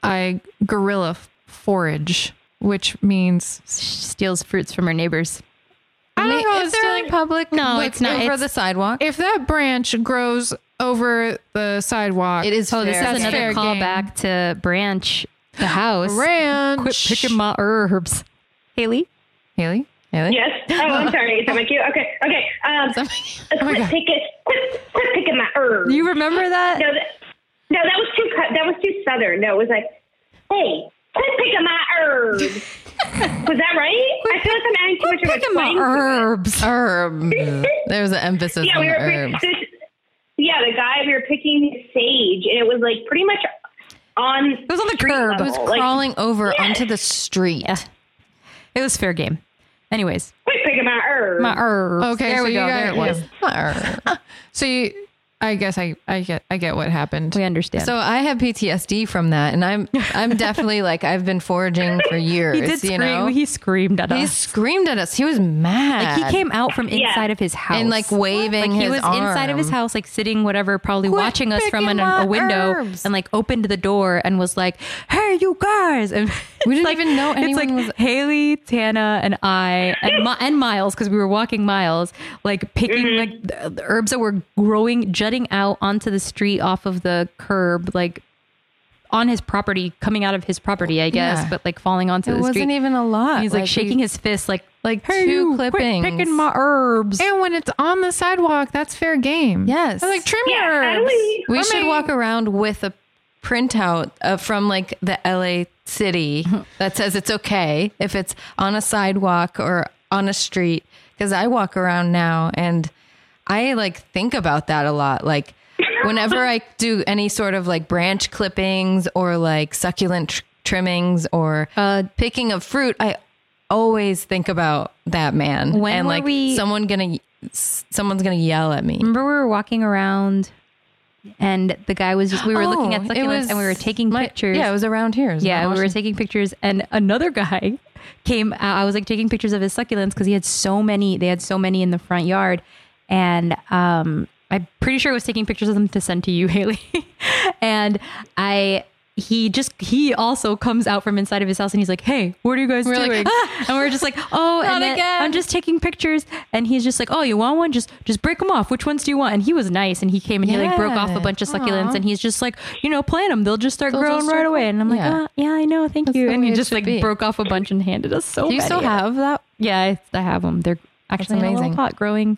[SPEAKER 4] I gorilla f- forage, which means
[SPEAKER 2] She steals fruits from her neighbors.
[SPEAKER 4] I don't know.
[SPEAKER 3] if
[SPEAKER 4] it's
[SPEAKER 3] they're
[SPEAKER 4] still-
[SPEAKER 3] in public,
[SPEAKER 2] No,
[SPEAKER 3] look
[SPEAKER 2] it's not.
[SPEAKER 3] over
[SPEAKER 2] It's-
[SPEAKER 3] the sidewalk.
[SPEAKER 4] if that branch grows over the sidewalk,
[SPEAKER 3] It is
[SPEAKER 2] Oh, this
[SPEAKER 3] fair.
[SPEAKER 2] is
[SPEAKER 4] That's
[SPEAKER 2] another
[SPEAKER 4] fair game.
[SPEAKER 2] callback to Branch, the house.
[SPEAKER 4] ranch.
[SPEAKER 2] Quit picking my herbs, Haley.
[SPEAKER 3] Haley? Haley?
[SPEAKER 1] Yes. Oh, I'm sorry. Is that my cue? Okay. Okay. Um, quit picking, quit, quit picking my herbs.
[SPEAKER 2] You remember that?
[SPEAKER 1] no, that, no, that was too cut. That was too southern. No, it was like, hey, quit picking my herbs. was that right? I feel like I'm adding too much of a
[SPEAKER 2] Picking my
[SPEAKER 1] twang to it.
[SPEAKER 2] herbs.
[SPEAKER 3] Herbs. There was an emphasis
[SPEAKER 1] Yeah,
[SPEAKER 3] on
[SPEAKER 1] we
[SPEAKER 3] the
[SPEAKER 1] were.
[SPEAKER 3] herbs.
[SPEAKER 1] Pick, this, yeah, the guy we were picking his sage, and it was like pretty much on. It
[SPEAKER 2] was on the curb.
[SPEAKER 3] It
[SPEAKER 2] It
[SPEAKER 3] was crawling over
[SPEAKER 1] Yeah.
[SPEAKER 3] onto the street.
[SPEAKER 2] Yeah. It was fair game. Anyways,
[SPEAKER 1] Quit picking my herbs.
[SPEAKER 2] my herbs.
[SPEAKER 4] Okay,
[SPEAKER 2] there
[SPEAKER 4] so
[SPEAKER 2] we
[SPEAKER 4] you
[SPEAKER 2] go.
[SPEAKER 4] got-
[SPEAKER 2] there it was.
[SPEAKER 3] Arr.
[SPEAKER 4] So you, I guess I, I get, I get what happened.
[SPEAKER 2] We understand.
[SPEAKER 3] So I have PTSD from that, and I'm I'm definitely like I've been foraging for years.
[SPEAKER 2] he did
[SPEAKER 3] you
[SPEAKER 2] scream.
[SPEAKER 3] know,
[SPEAKER 2] He screamed at
[SPEAKER 3] he
[SPEAKER 2] us.
[SPEAKER 3] screamed at us. He was mad.
[SPEAKER 2] Like he came out from inside of his house
[SPEAKER 3] And, like, waving
[SPEAKER 2] Like, he
[SPEAKER 3] his
[SPEAKER 2] was inside of his
[SPEAKER 3] arm.
[SPEAKER 2] house, like sitting, whatever, probably watching us from
[SPEAKER 3] picking
[SPEAKER 2] an,
[SPEAKER 3] my
[SPEAKER 2] a window,
[SPEAKER 3] herbs.
[SPEAKER 2] and like opened the door and was like, "Hey, you guys!" And we
[SPEAKER 3] didn't even know
[SPEAKER 2] It's like
[SPEAKER 3] anyone was-
[SPEAKER 2] Haley, Tana, and I, and, Mi- and Miles, because we were walking Miles, like picking like the, the herbs that were growing, jutting out onto the street off of the curb, like on his property, coming out of his property, I guess,
[SPEAKER 3] Yeah.
[SPEAKER 2] but like falling onto
[SPEAKER 3] It
[SPEAKER 2] the
[SPEAKER 3] wasn't
[SPEAKER 2] street.
[SPEAKER 3] even a lot.
[SPEAKER 2] He's like,
[SPEAKER 3] we-
[SPEAKER 2] shaking his fist, like like
[SPEAKER 3] Hey, you, quit picking my
[SPEAKER 2] herbs.
[SPEAKER 4] And when it's on the sidewalk, that's fair game.
[SPEAKER 3] Yes.
[SPEAKER 4] I was like trim your
[SPEAKER 1] Yeah, I
[SPEAKER 4] herbs.
[SPEAKER 1] was-
[SPEAKER 3] We
[SPEAKER 4] Or
[SPEAKER 3] should
[SPEAKER 4] maybe-
[SPEAKER 3] walk around with a printout uh, from like the LA city that says it's okay if it's on a sidewalk or on a street. Because I walk around now and I like think about that a lot. Like, whenever I do any sort of like branch clippings or like succulent tr- trimmings or
[SPEAKER 2] Uh,
[SPEAKER 3] picking of fruit, I always think about that man
[SPEAKER 2] When
[SPEAKER 3] and
[SPEAKER 2] were
[SPEAKER 3] like
[SPEAKER 2] we- Mm,
[SPEAKER 3] someone gonna someone's gonna yell at me.
[SPEAKER 2] Remember, we were walking around, and the guy was just. We were looking
[SPEAKER 3] Oh,
[SPEAKER 2] at
[SPEAKER 3] it
[SPEAKER 2] succulents,
[SPEAKER 3] was
[SPEAKER 2] and we were taking
[SPEAKER 3] my-
[SPEAKER 2] pictures.
[SPEAKER 3] Yeah, it was around here. It was
[SPEAKER 2] Yeah,
[SPEAKER 3] around
[SPEAKER 2] we were
[SPEAKER 3] Washington.
[SPEAKER 2] taking pictures, and another guy came. out. I was like taking pictures of his succulents because he had so many. They had so many in the front yard, and um, I'm pretty sure I was taking pictures of them to send to you, Haley. and I, he just he also comes out from inside of his house, and he's like, "Hey, what are you guys
[SPEAKER 3] We're like, "Ah!"
[SPEAKER 2] doing?" And we're just like, "Oh, and then
[SPEAKER 3] again.
[SPEAKER 2] I'm just taking pictures." And he's just like, "Oh, you want one? Just just break them off. Which ones do you want?" And he was nice, and he came and he like broke off a
[SPEAKER 3] Yeah.
[SPEAKER 2] bunch of succulents, and he's just like, "You know, plant them. They'll just start
[SPEAKER 3] They'll
[SPEAKER 2] growing
[SPEAKER 3] just
[SPEAKER 2] right
[SPEAKER 3] start
[SPEAKER 2] away." And I'm like,
[SPEAKER 3] growing.
[SPEAKER 2] "Ah, yeah, I know. Thank
[SPEAKER 3] That's
[SPEAKER 2] you.
[SPEAKER 3] the
[SPEAKER 2] And
[SPEAKER 3] way
[SPEAKER 2] he
[SPEAKER 3] it
[SPEAKER 2] just
[SPEAKER 3] should
[SPEAKER 2] like
[SPEAKER 3] be.
[SPEAKER 2] broke off a bunch and handed us so.
[SPEAKER 3] Do you
[SPEAKER 2] many.
[SPEAKER 3] still have that?
[SPEAKER 2] Yeah, I, I have them. They're actually in a little
[SPEAKER 3] amazing.
[SPEAKER 2] pot growing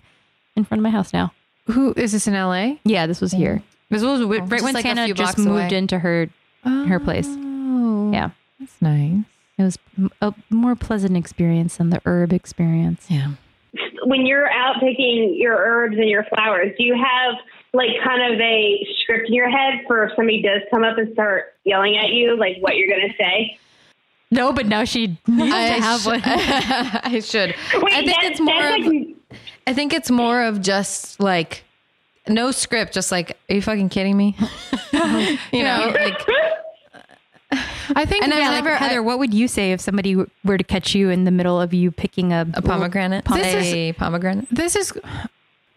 [SPEAKER 2] in front of my house now.
[SPEAKER 4] Who is this in LA?
[SPEAKER 2] Yeah, this was here. This was wi- right
[SPEAKER 3] Just
[SPEAKER 2] when
[SPEAKER 3] like a
[SPEAKER 2] Santa
[SPEAKER 3] few
[SPEAKER 2] just
[SPEAKER 3] blocks
[SPEAKER 2] moved
[SPEAKER 3] away.
[SPEAKER 2] into her. Her place.
[SPEAKER 4] Oh,
[SPEAKER 2] Yeah,
[SPEAKER 4] that's nice.
[SPEAKER 2] it was m- a more pleasant experience than the herb experience.
[SPEAKER 3] Yeah.
[SPEAKER 1] when you're out picking your herbs and your flowers, do you have like kind of a script in your head for if somebody does come up and start yelling at you, like what you're gonna say?
[SPEAKER 2] No, but now she needs to have
[SPEAKER 3] sh-
[SPEAKER 2] one.
[SPEAKER 3] I should.
[SPEAKER 1] Wait,
[SPEAKER 3] I think
[SPEAKER 1] that-
[SPEAKER 3] it's more.
[SPEAKER 1] that's
[SPEAKER 3] Of,
[SPEAKER 1] like
[SPEAKER 3] I think it's more of just like no script. Just like, are you fucking kidding me? you know, like
[SPEAKER 4] I think
[SPEAKER 3] And I've
[SPEAKER 2] Yeah,
[SPEAKER 4] that-
[SPEAKER 2] like,
[SPEAKER 3] never-
[SPEAKER 2] Heather, what would you say if somebody w- were to catch you in the middle of you picking a,
[SPEAKER 3] a pomegranate.
[SPEAKER 2] Pome-
[SPEAKER 3] a pomegranate.
[SPEAKER 4] this is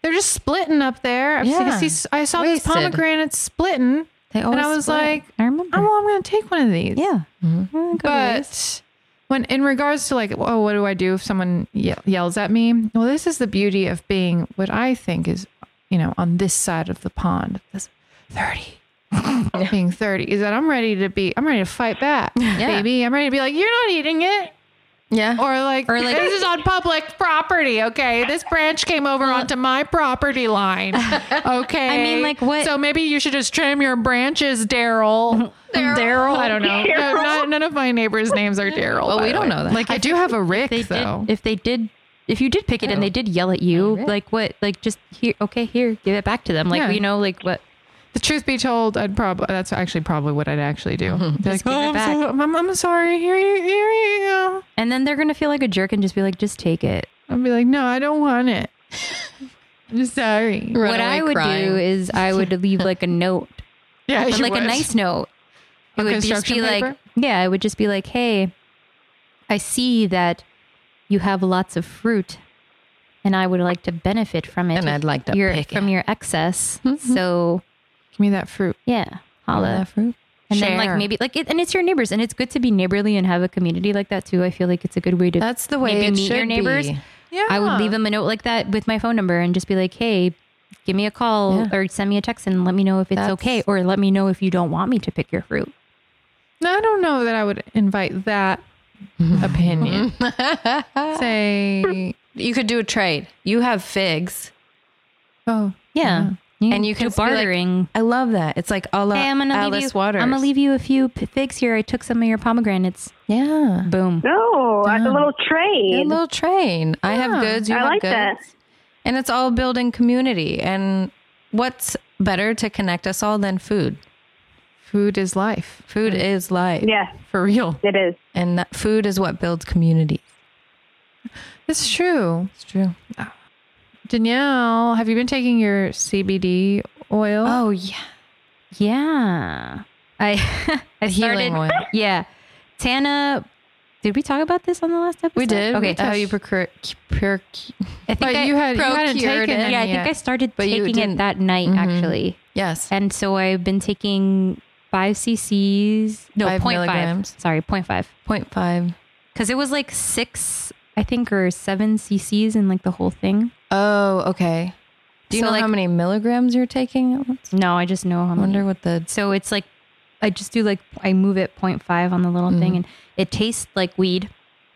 [SPEAKER 4] They're just splitting up there. I've
[SPEAKER 3] Yeah.
[SPEAKER 4] seen- I, see, I saw
[SPEAKER 3] Wasted.
[SPEAKER 4] these pomegranates splitting,
[SPEAKER 3] They
[SPEAKER 4] and
[SPEAKER 3] always
[SPEAKER 4] I was
[SPEAKER 3] split.
[SPEAKER 4] like,
[SPEAKER 2] I remember.
[SPEAKER 4] "Oh, well, I'm going to take one of these."
[SPEAKER 2] yeah.
[SPEAKER 4] but when in regards to like oh what do i do if someone ye- yells at me well this is the beauty of being what i think is you know on this side of the pond this 30 being 30 is that i'm ready to be i'm ready to fight back baby i'm ready to be like you're not eating it
[SPEAKER 3] yeah.
[SPEAKER 4] or like,
[SPEAKER 3] Or, like-
[SPEAKER 4] this is on public property okay this branch came over onto my property line okay
[SPEAKER 2] I mean, like, what-
[SPEAKER 4] so maybe you should just trim your branches daryl daryl i don't know no, not, none of my neighbors names are daryl
[SPEAKER 3] well,
[SPEAKER 4] by
[SPEAKER 3] we
[SPEAKER 4] the
[SPEAKER 3] don't
[SPEAKER 4] way.
[SPEAKER 3] know that.
[SPEAKER 4] like i do have a rick
[SPEAKER 2] They
[SPEAKER 4] though
[SPEAKER 2] did. If they did. If you did pick it and
[SPEAKER 3] Oh.
[SPEAKER 2] they did yell at you, like what? Like just here. Okay, here. Give it back to them. Like
[SPEAKER 4] Yeah.
[SPEAKER 2] you know. Like what?
[SPEAKER 4] the truth be told i'd probably that's actually probably what i'd actually do Be like,
[SPEAKER 2] give it
[SPEAKER 4] "Oh, I'm,
[SPEAKER 2] back."
[SPEAKER 4] so- I'm, I'm sorry here you, here you go
[SPEAKER 2] And then they're gonna feel like a jerk and just be like, just take it.
[SPEAKER 4] i'd be like no i don't want it i'm sorry
[SPEAKER 3] Run
[SPEAKER 2] what
[SPEAKER 3] away
[SPEAKER 2] I would
[SPEAKER 3] crying.
[SPEAKER 2] do is I would leave like a note,
[SPEAKER 4] yeah
[SPEAKER 2] but
[SPEAKER 4] you
[SPEAKER 2] like a
[SPEAKER 4] would.
[SPEAKER 2] nice note. It
[SPEAKER 4] On
[SPEAKER 2] would just
[SPEAKER 4] construction
[SPEAKER 2] be like,
[SPEAKER 4] paper?
[SPEAKER 2] yeah, it would just be like, hey, I see that you have lots of fruit, and I would like to benefit from it.
[SPEAKER 3] And I'd like to
[SPEAKER 2] your,
[SPEAKER 3] pick
[SPEAKER 2] from
[SPEAKER 3] it."
[SPEAKER 2] your excess.
[SPEAKER 4] Mm-hmm.
[SPEAKER 2] So
[SPEAKER 4] give me that fruit
[SPEAKER 2] yeah, holla.
[SPEAKER 3] fruit.
[SPEAKER 2] And then like
[SPEAKER 4] Share.
[SPEAKER 2] maybe like it, and it's your neighbors, and it's good to be neighborly and have a community like that too. I feel like it's a good way to
[SPEAKER 3] That's the way
[SPEAKER 2] maybe
[SPEAKER 3] it
[SPEAKER 2] meet your
[SPEAKER 3] should
[SPEAKER 2] neighbors.
[SPEAKER 3] be.
[SPEAKER 4] yeah
[SPEAKER 2] I would leave them a note like that with my phone number and just be like, hey, give me a call
[SPEAKER 3] Yeah.
[SPEAKER 2] or send me a text and let me know if it's
[SPEAKER 3] That's-
[SPEAKER 2] okay or let me know if you don't want me to pick your fruit.
[SPEAKER 4] No, I don't know that I would invite that opinion.
[SPEAKER 2] Uh,
[SPEAKER 4] Say,
[SPEAKER 3] You could do a trade. You have figs.
[SPEAKER 4] oh,
[SPEAKER 2] Yeah.
[SPEAKER 3] And you
[SPEAKER 2] do
[SPEAKER 3] can just be like,
[SPEAKER 2] bartering.
[SPEAKER 3] I love that. It's like a la
[SPEAKER 2] hey, I'm gonna leave
[SPEAKER 3] Alice
[SPEAKER 2] you.
[SPEAKER 3] Waters.
[SPEAKER 2] I'm gonna leave you a few p- figs here. I took some of your pomegranates.
[SPEAKER 3] Yeah.
[SPEAKER 2] Boom.
[SPEAKER 1] Oh, like a
[SPEAKER 3] Dumb.
[SPEAKER 1] little
[SPEAKER 3] A
[SPEAKER 1] trade.
[SPEAKER 3] little train. I have goods. You
[SPEAKER 1] I
[SPEAKER 3] have
[SPEAKER 1] like
[SPEAKER 3] goods.
[SPEAKER 1] that.
[SPEAKER 3] And it's all building community. And what's better to connect us all than food?
[SPEAKER 4] food is life
[SPEAKER 3] Food is life.
[SPEAKER 1] yeah,
[SPEAKER 4] for real.
[SPEAKER 1] it is.
[SPEAKER 3] And that food is what builds community.
[SPEAKER 4] It's true. Ah.
[SPEAKER 3] It's true.
[SPEAKER 4] Danielle, have you been taking your CBD oil?
[SPEAKER 3] Oh, yeah.
[SPEAKER 2] Yeah. I I
[SPEAKER 3] Healing
[SPEAKER 2] started.
[SPEAKER 3] oil.
[SPEAKER 2] Yeah. Tana. Did we talk about this on the last episode?
[SPEAKER 3] We did. Uh,
[SPEAKER 2] Okay.
[SPEAKER 3] We- How you procure. procure
[SPEAKER 2] I think
[SPEAKER 4] but
[SPEAKER 2] I,
[SPEAKER 4] you had you hadn't
[SPEAKER 3] procured
[SPEAKER 4] taken
[SPEAKER 3] it.
[SPEAKER 4] any
[SPEAKER 2] yeah, I
[SPEAKER 4] yet.
[SPEAKER 2] think I started
[SPEAKER 3] But you
[SPEAKER 2] taking it
[SPEAKER 3] didn't-
[SPEAKER 2] that night
[SPEAKER 3] Mhm.
[SPEAKER 2] actually.
[SPEAKER 3] yes.
[SPEAKER 2] And so I've been taking five cc's, no,
[SPEAKER 3] Five
[SPEAKER 2] 0.5.
[SPEAKER 3] milligrams.
[SPEAKER 2] Sorry, 0.5.
[SPEAKER 3] 0.5.
[SPEAKER 2] Because it was like six, I think, or seven cc's in like the whole thing.
[SPEAKER 3] Oh, okay. Do you
[SPEAKER 2] So,
[SPEAKER 3] know how
[SPEAKER 2] like-
[SPEAKER 3] many milligrams you're taking at once?
[SPEAKER 2] No, I just know how
[SPEAKER 3] I
[SPEAKER 2] many.
[SPEAKER 3] wonder what the
[SPEAKER 2] So it's like, I just do like, I move it 0.5 on the little
[SPEAKER 4] Mm-hmm.
[SPEAKER 2] thing and it tastes like weed.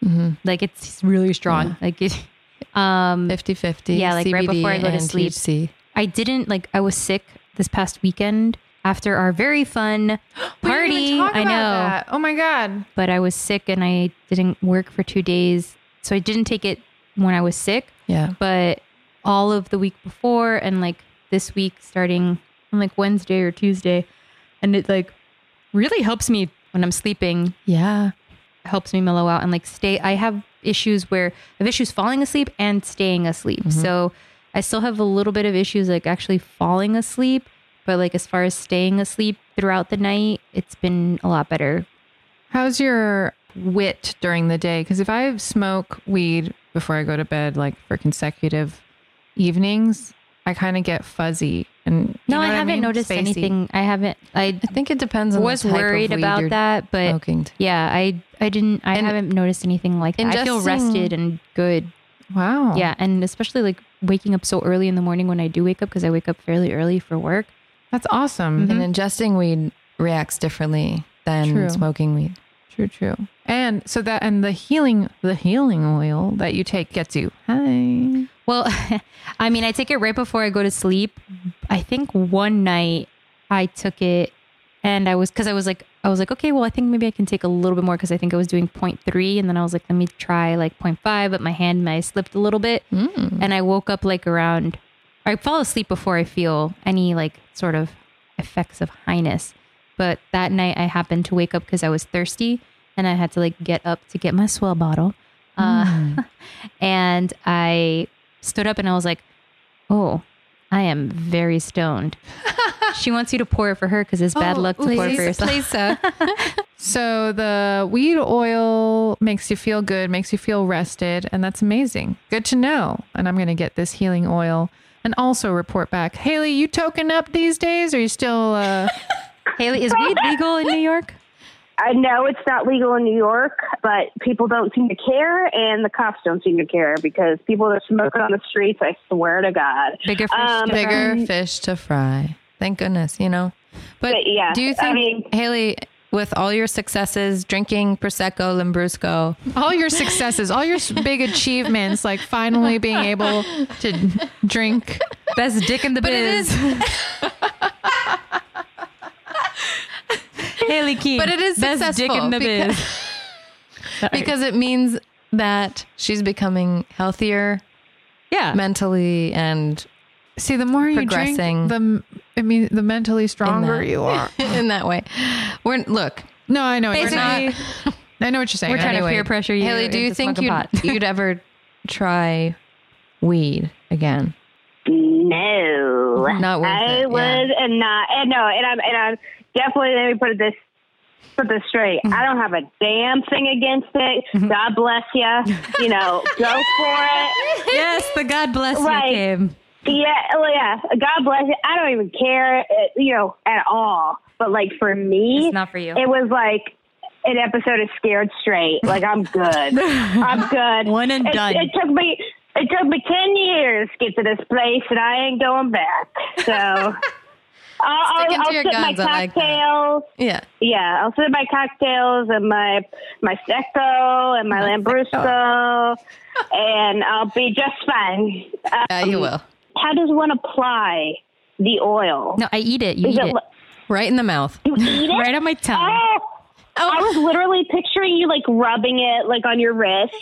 [SPEAKER 3] Mhm.
[SPEAKER 2] Like it's really strong. Like it, um,
[SPEAKER 3] 50 50.
[SPEAKER 2] Yeah, like, right before I go to sleep.
[SPEAKER 3] THC.
[SPEAKER 2] I didn't like, I was sick this past weekend after our very fun
[SPEAKER 4] We didn't even
[SPEAKER 2] party.
[SPEAKER 4] talk
[SPEAKER 2] I know.
[SPEAKER 4] about that. Oh my god.
[SPEAKER 2] but I was sick and I didn't work for two days. So I didn't take it when I was sick,
[SPEAKER 3] Yeah.
[SPEAKER 2] but all of the week before and like this week starting on like Wednesday or Tuesday. And it like really helps me when I'm sleeping,
[SPEAKER 3] Yeah.
[SPEAKER 2] helps me mellow out and like stay. I have issues where I have issues falling asleep and staying asleep. So I still have a little bit of issues like actually falling asleep, but like as far as staying asleep throughout the night, it's been a lot better.
[SPEAKER 4] How's your wit during the day? Because if I smoke weed before I go to bed, like for consecutive evenings, I kind of get fuzzy. And you
[SPEAKER 2] No,
[SPEAKER 4] know
[SPEAKER 2] I
[SPEAKER 4] what
[SPEAKER 2] haven't
[SPEAKER 4] mean?
[SPEAKER 2] noticed
[SPEAKER 4] Spacey.
[SPEAKER 2] anything. I haven't. I
[SPEAKER 3] I think it depends on the
[SPEAKER 2] was
[SPEAKER 3] type of
[SPEAKER 2] worried
[SPEAKER 3] weed
[SPEAKER 2] about
[SPEAKER 3] you're
[SPEAKER 2] that, but
[SPEAKER 3] Smoking.
[SPEAKER 2] yeah, I I didn't. I
[SPEAKER 3] And-
[SPEAKER 2] haven't noticed anything like
[SPEAKER 3] and
[SPEAKER 2] that. I
[SPEAKER 3] just
[SPEAKER 2] feel
[SPEAKER 3] seeing-
[SPEAKER 2] rested and good.
[SPEAKER 4] Wow.
[SPEAKER 2] Yeah, and especially like waking up so early in the morning when I do wake up because I wake up fairly early for work.
[SPEAKER 4] That's awesome.
[SPEAKER 3] And ingesting weed reacts differently than
[SPEAKER 4] True.
[SPEAKER 3] smoking weed.
[SPEAKER 4] True, true. And so that and the healing the healing oil that you take gets you. Hi.
[SPEAKER 2] Well, I mean, I take it right before I go to sleep. I think one night I took it and I was because I was like I was like okay, well I think maybe I can take a little bit more because I think I was doing 0.3 and then I was like let me try like 0.5, but my hand I slipped a little bit and I woke up like around. I fall asleep before I feel any like sort of effects of highness, but that night I happened to wake up because I was thirsty and I had to like get up to get my swell bottle. Uh, and I stood up and I was like, "Oh, I am very stoned." she wants you to pour it for her because it's bad luck to pour it for yourself.
[SPEAKER 4] So the weed oil makes you feel good, makes you feel rested, and that's amazing. Good to know. And I'm gonna get this healing oil. and also report back. Haley, you token up these days? Are you still? Uh,
[SPEAKER 2] Haley, is weed legal in New York?
[SPEAKER 1] I know it's not legal in New York, but people don't seem to care, and the cops don't seem to care because people that smoke on the streets, I swear to God.
[SPEAKER 2] Bigger fish.
[SPEAKER 1] Um,
[SPEAKER 2] to
[SPEAKER 3] Bigger
[SPEAKER 2] fry.
[SPEAKER 3] fish to fry. Thank goodness, you know. But,
[SPEAKER 1] But yeah,
[SPEAKER 3] do you
[SPEAKER 1] I
[SPEAKER 3] think,
[SPEAKER 1] mean-
[SPEAKER 3] Haley, with all your successes, drinking prosecco, lambrusco,
[SPEAKER 4] all your successes, all your s- big achievements, like finally being able to drink.
[SPEAKER 2] Best dick in the biz. Haley Key.
[SPEAKER 3] But it is
[SPEAKER 2] best dick
[SPEAKER 3] successful
[SPEAKER 2] in the
[SPEAKER 3] because-
[SPEAKER 2] biz.
[SPEAKER 3] because it means that she's becoming healthier
[SPEAKER 2] Yeah.
[SPEAKER 3] mentally and
[SPEAKER 4] See, the more you drink,
[SPEAKER 3] Progressing.
[SPEAKER 4] the m- I mean, the mentally stronger
[SPEAKER 3] that.
[SPEAKER 4] you are.
[SPEAKER 3] in that way. We're look.
[SPEAKER 4] No, I know. what you're
[SPEAKER 3] Basically,
[SPEAKER 4] not- I know what you're saying.
[SPEAKER 2] We're trying to peer pressure you
[SPEAKER 3] Haley, do you
[SPEAKER 2] into
[SPEAKER 3] think
[SPEAKER 2] smoking
[SPEAKER 3] you'd,
[SPEAKER 2] pot.
[SPEAKER 3] you'd ever try weed again?
[SPEAKER 1] No,
[SPEAKER 3] Not worth
[SPEAKER 1] I
[SPEAKER 3] it,
[SPEAKER 1] would
[SPEAKER 3] yeah.
[SPEAKER 1] and not and no, and I'm and I'm definitely let me put it this put this straight.
[SPEAKER 3] Mm-hmm.
[SPEAKER 1] I don't have a damn thing against it. God bless you. You know, go for it.
[SPEAKER 2] yes, the God bless
[SPEAKER 1] Right.
[SPEAKER 2] you came.
[SPEAKER 1] Yeah, well, yeah. God bless you. I don't even care, uh, you know, at all. But like for me,
[SPEAKER 2] It's not for you.
[SPEAKER 1] It was like an episode of Scared Straight. Like I'm good. I'm good.
[SPEAKER 2] One and
[SPEAKER 1] it,
[SPEAKER 2] done.
[SPEAKER 1] It took me. It took me ten years to get to this place, and I ain't going back. So I'll,
[SPEAKER 3] Sticking
[SPEAKER 1] I'll,
[SPEAKER 3] to
[SPEAKER 1] I'll
[SPEAKER 3] your
[SPEAKER 1] sip my
[SPEAKER 3] guns, I like that.
[SPEAKER 1] cocktails.
[SPEAKER 3] Yeah.
[SPEAKER 1] Yeah, I'll sip my cocktails and my my secco and my lambrusco, and I'll be just fine. Uh,
[SPEAKER 3] Yeah, you will.
[SPEAKER 1] how does one apply the oil?
[SPEAKER 2] No, I eat it. You
[SPEAKER 1] Is
[SPEAKER 2] eat
[SPEAKER 1] it
[SPEAKER 2] it.
[SPEAKER 1] li-
[SPEAKER 3] Right in the mouth.
[SPEAKER 1] you eat it?
[SPEAKER 2] Right on my tongue.
[SPEAKER 1] Oh, I was literally picturing you like rubbing it like on your wrist,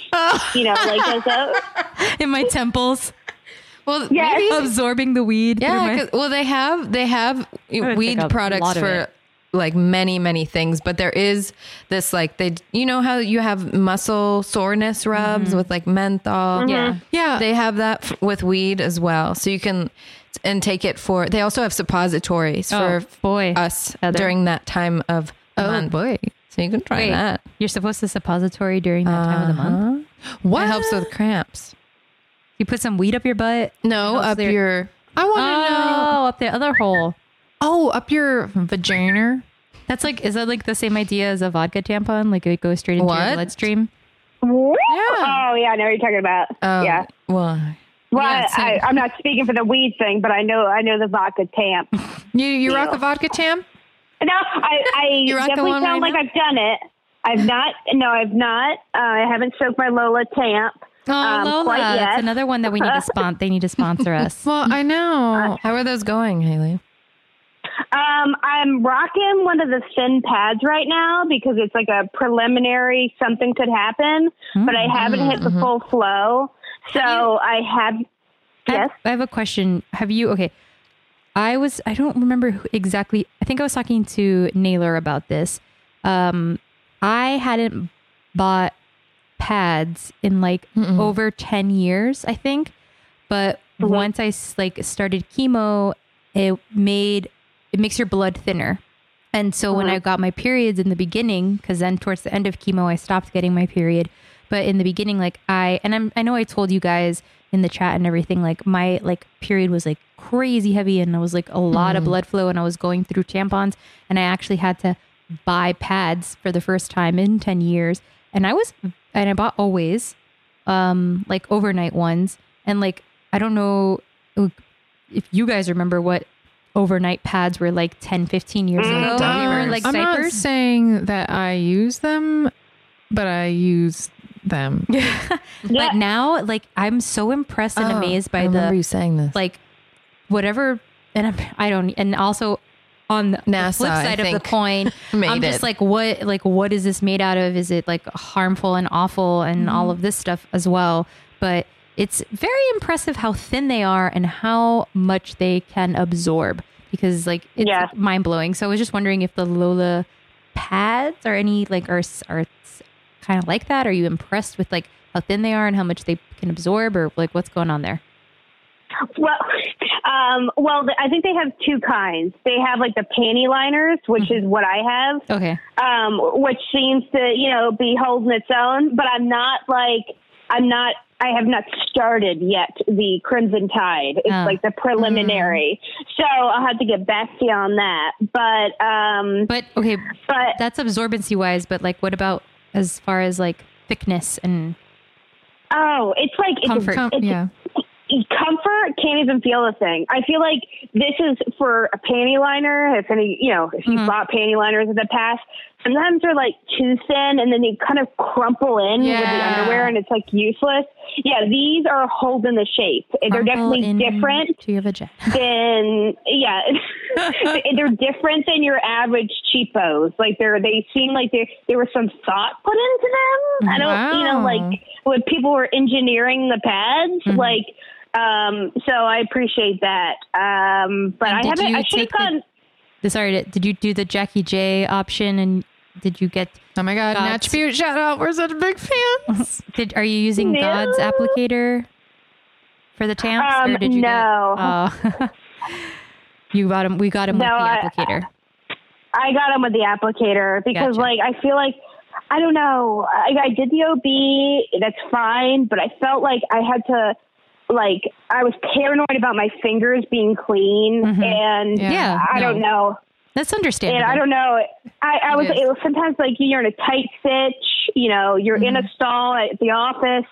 [SPEAKER 1] you know, like as a
[SPEAKER 2] in my temples,
[SPEAKER 3] Well,
[SPEAKER 1] Yes. Oh,
[SPEAKER 3] maybe
[SPEAKER 2] absorbing the weed. through
[SPEAKER 3] Yeah,
[SPEAKER 2] my-
[SPEAKER 3] 'cause- well, they have they have
[SPEAKER 2] gonna
[SPEAKER 3] weed
[SPEAKER 2] take a
[SPEAKER 3] products
[SPEAKER 2] lot of
[SPEAKER 3] for
[SPEAKER 2] it.
[SPEAKER 3] like many many things, but there is this like they you know how you have muscle soreness rubs with like menthol.
[SPEAKER 2] Mm-hmm. Yeah.
[SPEAKER 4] Yeah.
[SPEAKER 3] they have that f- with weed as well, so you can and take it for. They also have suppositories
[SPEAKER 2] Oh,
[SPEAKER 3] for
[SPEAKER 2] boy.
[SPEAKER 3] us
[SPEAKER 2] Heather. Oh,
[SPEAKER 3] during that time of the month.
[SPEAKER 4] boy.
[SPEAKER 3] So you can try
[SPEAKER 2] Wait,
[SPEAKER 3] that.
[SPEAKER 2] you're supposed to suppository during that time of the month.
[SPEAKER 3] What helps with cramps?
[SPEAKER 2] You put some weed up your butt.
[SPEAKER 3] No,
[SPEAKER 2] Helps
[SPEAKER 3] up
[SPEAKER 2] there.
[SPEAKER 3] your
[SPEAKER 4] I want to know.
[SPEAKER 2] Oh, up the other hole.
[SPEAKER 4] Oh, up your vagina.
[SPEAKER 2] That's like, is that like the same idea as a vodka tampon? Like it goes straight into your
[SPEAKER 3] What?
[SPEAKER 1] Um,
[SPEAKER 2] bloodstream?
[SPEAKER 1] Woo! Oh yeah, I know what you're talking about.
[SPEAKER 3] um,
[SPEAKER 1] yeah.
[SPEAKER 3] Well,
[SPEAKER 1] Well,
[SPEAKER 3] yeah, so-
[SPEAKER 1] I, I, I'm not speaking for the weed thing, but I know I know the vodka tamp.
[SPEAKER 4] You you rock
[SPEAKER 1] Yeah.
[SPEAKER 4] a vodka tam?
[SPEAKER 1] No, I, I
[SPEAKER 3] You're rocking
[SPEAKER 1] definitely
[SPEAKER 3] one
[SPEAKER 1] sound
[SPEAKER 3] right
[SPEAKER 1] like I've done it. I've not. No, I've not. Uh, I haven't soaked my Lola tamp.
[SPEAKER 2] Oh,
[SPEAKER 1] um,
[SPEAKER 2] Lola,
[SPEAKER 1] quite yet.
[SPEAKER 2] that's another one that we need to sponsor. they need to sponsor us.
[SPEAKER 4] Well, I
[SPEAKER 2] Uh,
[SPEAKER 4] know.
[SPEAKER 3] how are those going, Haley?
[SPEAKER 1] Um, I'm rocking one of the thin pads right now because it's like a preliminary something could happen, but I haven't hit the full flow. So I have.
[SPEAKER 2] I
[SPEAKER 1] Yes.
[SPEAKER 2] have, I have a question. Have you okay? I was I don't remember who exactly. I think I was talking to Naylor about this. Um I hadn't bought pads in like over 10 years, I think. But once I s- like started chemo, it made it makes your blood thinner. And so when I got my periods in the beginning, because then towards the end of chemo, I stopped getting my period. But in the beginning, like I and I'm, I know I told you guys in the chat and everything, like my like period was like crazy heavy, and I was like a lot of blood flow, and I was going through tampons, and I actually had to buy pads for the first time in ten years, and I was and I bought always, um, like overnight ones, and like I don't know if you guys remember what overnight pads were like 10 15 years ago they were like
[SPEAKER 4] I'm not
[SPEAKER 2] diapers
[SPEAKER 4] saying that I use them, but I use them.
[SPEAKER 1] Yeah.
[SPEAKER 2] but now like i'm so impressed and
[SPEAKER 3] Oh,
[SPEAKER 2] amazed
[SPEAKER 3] I
[SPEAKER 2] by
[SPEAKER 3] remember
[SPEAKER 2] the
[SPEAKER 3] you saying this.
[SPEAKER 2] like whatever and I'm, i don't and also on the
[SPEAKER 3] NASA,
[SPEAKER 2] flip
[SPEAKER 3] I
[SPEAKER 2] side of the
[SPEAKER 3] think,
[SPEAKER 2] coin
[SPEAKER 3] made
[SPEAKER 2] i'm just
[SPEAKER 3] it.
[SPEAKER 2] like what like what is this made out of is it like harmful and awful and
[SPEAKER 3] Mm-hmm.
[SPEAKER 2] all of this stuff as well but it's very impressive how thin they are and how much they can absorb because like it's
[SPEAKER 1] Yeah.
[SPEAKER 2] mind blowing so i was just wondering if the lola pads or any like are s- are kind of like that are you impressed with like how thin they are and how much they can absorb or like what's going on there
[SPEAKER 1] Well, um, well, th- I think they have two kinds. They have like the panty liners, which is what I have,
[SPEAKER 2] okay
[SPEAKER 1] um, which seems to you know be holding its own. But I'm not like I'm not. I have not started yet the Crimson Tide. It's
[SPEAKER 2] Oh.
[SPEAKER 1] like the preliminary. So I'll have to get back to you on that. But um
[SPEAKER 2] But okay,
[SPEAKER 1] but
[SPEAKER 2] that's absorbency wise. But like, what about as far as like thickness and
[SPEAKER 1] oh, it's like it's
[SPEAKER 2] Comfort.
[SPEAKER 4] Com-
[SPEAKER 1] it's
[SPEAKER 4] yeah.
[SPEAKER 1] comfort can't even feel a thing. I feel like this is for a panty liner. If any, you know, if you
[SPEAKER 2] Mm-hmm.
[SPEAKER 1] have bought panty liners in the past, sometimes they're like too thin and then they kind of crumple in with the
[SPEAKER 4] Yeah.
[SPEAKER 1] underwear and it's like useless. Yeah, these are holding the shape. They're
[SPEAKER 2] crumple
[SPEAKER 1] definitely
[SPEAKER 2] in
[SPEAKER 1] different
[SPEAKER 2] to your vagina?
[SPEAKER 1] than yeah they're different than your average cheapos like they're they seem like there there was some thought put into them i don't you know
[SPEAKER 4] Wow.
[SPEAKER 1] like when people were engineering the pads
[SPEAKER 2] Mm-hmm.
[SPEAKER 1] like um so i appreciate that um but
[SPEAKER 2] And
[SPEAKER 1] i
[SPEAKER 2] did
[SPEAKER 1] haven't
[SPEAKER 2] you
[SPEAKER 1] i should have
[SPEAKER 2] take the-
[SPEAKER 1] gone
[SPEAKER 2] The- Sorry, did you do the Jackie J option and did you get?
[SPEAKER 4] Oh my God.
[SPEAKER 2] God's-
[SPEAKER 4] Natch Butte, shout out. We're such big fans.
[SPEAKER 2] Did are you using
[SPEAKER 1] Mm-hmm. No.
[SPEAKER 2] God's applicator for the tamps, or
[SPEAKER 1] Um,
[SPEAKER 2] did you
[SPEAKER 1] no.
[SPEAKER 2] Get, oh. you got him. We got him
[SPEAKER 1] No, I-
[SPEAKER 2] with the applicator.
[SPEAKER 1] I got him with the applicator because,
[SPEAKER 2] Gotcha.
[SPEAKER 1] like, I feel like I don't know. I, I did the OB, that's fine, but I felt like I had to, like, I was paranoid about my fingers being clean, and
[SPEAKER 4] Yeah.
[SPEAKER 2] Mm-hmm. Yeah,
[SPEAKER 1] I don't
[SPEAKER 2] no.
[SPEAKER 1] know.
[SPEAKER 2] That's understandable.
[SPEAKER 1] And I don't um, know. I, I was,
[SPEAKER 4] is.
[SPEAKER 1] it was sometimes like you're in a tight stitch, you know, you're in a stall at the office.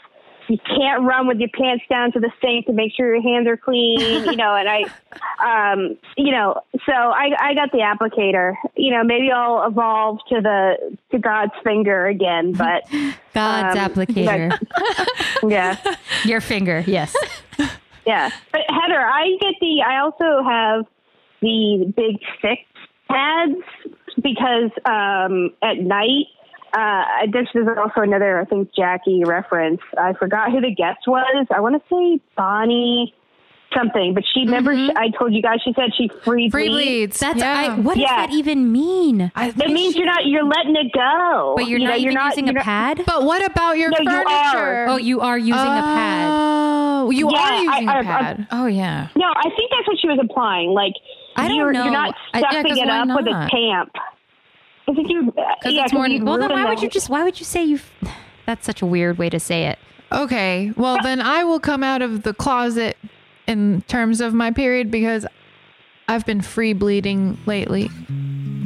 [SPEAKER 1] You can't run with your pants down to the sink to make sure your hands are clean, you know. And I, um, you know, so I, I got the applicator. You know, maybe I'll evolve to the to God's finger again, but
[SPEAKER 2] God's
[SPEAKER 1] um,
[SPEAKER 2] applicator.
[SPEAKER 1] yeah,
[SPEAKER 2] Your finger, yes.
[SPEAKER 1] yeah. But Heather, I get the. I also have the big stick pads because um, at night, uh, this is also another, I think, Jackie reference. I forgot who the guest was. I want to say Bonnie something, but she remember
[SPEAKER 2] Mm-hmm.
[SPEAKER 1] she- I told you guys she said she free
[SPEAKER 4] Free
[SPEAKER 1] bleeds.
[SPEAKER 4] bleeds.
[SPEAKER 2] That's
[SPEAKER 4] yeah.
[SPEAKER 2] I, what does
[SPEAKER 1] Yeah.
[SPEAKER 2] that even mean?
[SPEAKER 4] I
[SPEAKER 1] It
[SPEAKER 4] think
[SPEAKER 1] means
[SPEAKER 4] she-
[SPEAKER 1] you're not you're letting it go.
[SPEAKER 2] But you're
[SPEAKER 1] You know,
[SPEAKER 2] not even
[SPEAKER 1] not-
[SPEAKER 2] using
[SPEAKER 1] you're
[SPEAKER 2] a
[SPEAKER 1] not-
[SPEAKER 2] pad.
[SPEAKER 4] But what about your
[SPEAKER 1] No, you
[SPEAKER 4] furniture?
[SPEAKER 1] are.
[SPEAKER 2] Oh, you are using a pad.
[SPEAKER 4] Oh, you
[SPEAKER 1] Yeah,
[SPEAKER 4] are
[SPEAKER 1] I-
[SPEAKER 4] using a
[SPEAKER 1] I- I-
[SPEAKER 4] pad.
[SPEAKER 3] Oh yeah.
[SPEAKER 1] No, I think that's what she was implying. Like
[SPEAKER 2] I don't
[SPEAKER 1] you're,
[SPEAKER 2] know.
[SPEAKER 1] you're not
[SPEAKER 2] I- yeah,
[SPEAKER 1] stuffing
[SPEAKER 3] 'cause
[SPEAKER 1] it
[SPEAKER 3] why
[SPEAKER 1] up with a
[SPEAKER 3] not?
[SPEAKER 1] tamp. I think you, yeah,
[SPEAKER 3] it's more-
[SPEAKER 1] you
[SPEAKER 2] Well, then
[SPEAKER 1] ruin
[SPEAKER 2] why would
[SPEAKER 1] the-
[SPEAKER 2] you just? Why would you say you? That's such a weird way to say it.
[SPEAKER 4] Okay. Well, then I will come out of the closet in terms of my period because I've been free bleeding lately.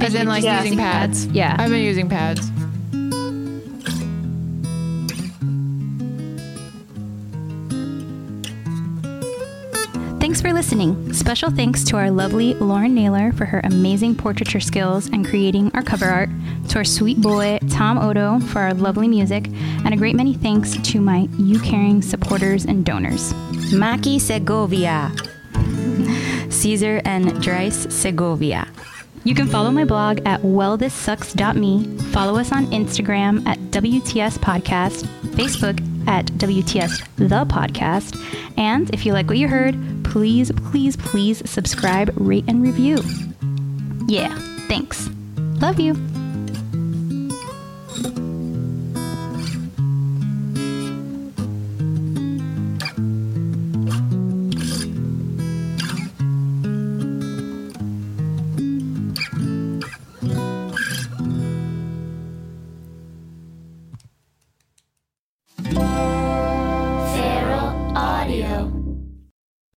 [SPEAKER 4] As in, like
[SPEAKER 1] Yeah.
[SPEAKER 4] using pads.
[SPEAKER 2] Yeah.
[SPEAKER 4] I've been using pads.
[SPEAKER 2] Thanks for listening. Special thanks to our lovely Lauren Naylor for her amazing portraiture skills and creating our cover art, to our sweet boy Tom Odo for our lovely music, and a great many thanks to my You Caring supporters and donors. Maki Segovia. Caesar and Dries Segovia. You can follow my blog at wellthissucks.me, follow us on Instagram at WTS Podcast, Facebook at WTS The Podcast, and if you like what you heard, please, please, please subscribe, rate, and review. Yeah, thanks. Love you.
[SPEAKER 5] Feral Audio.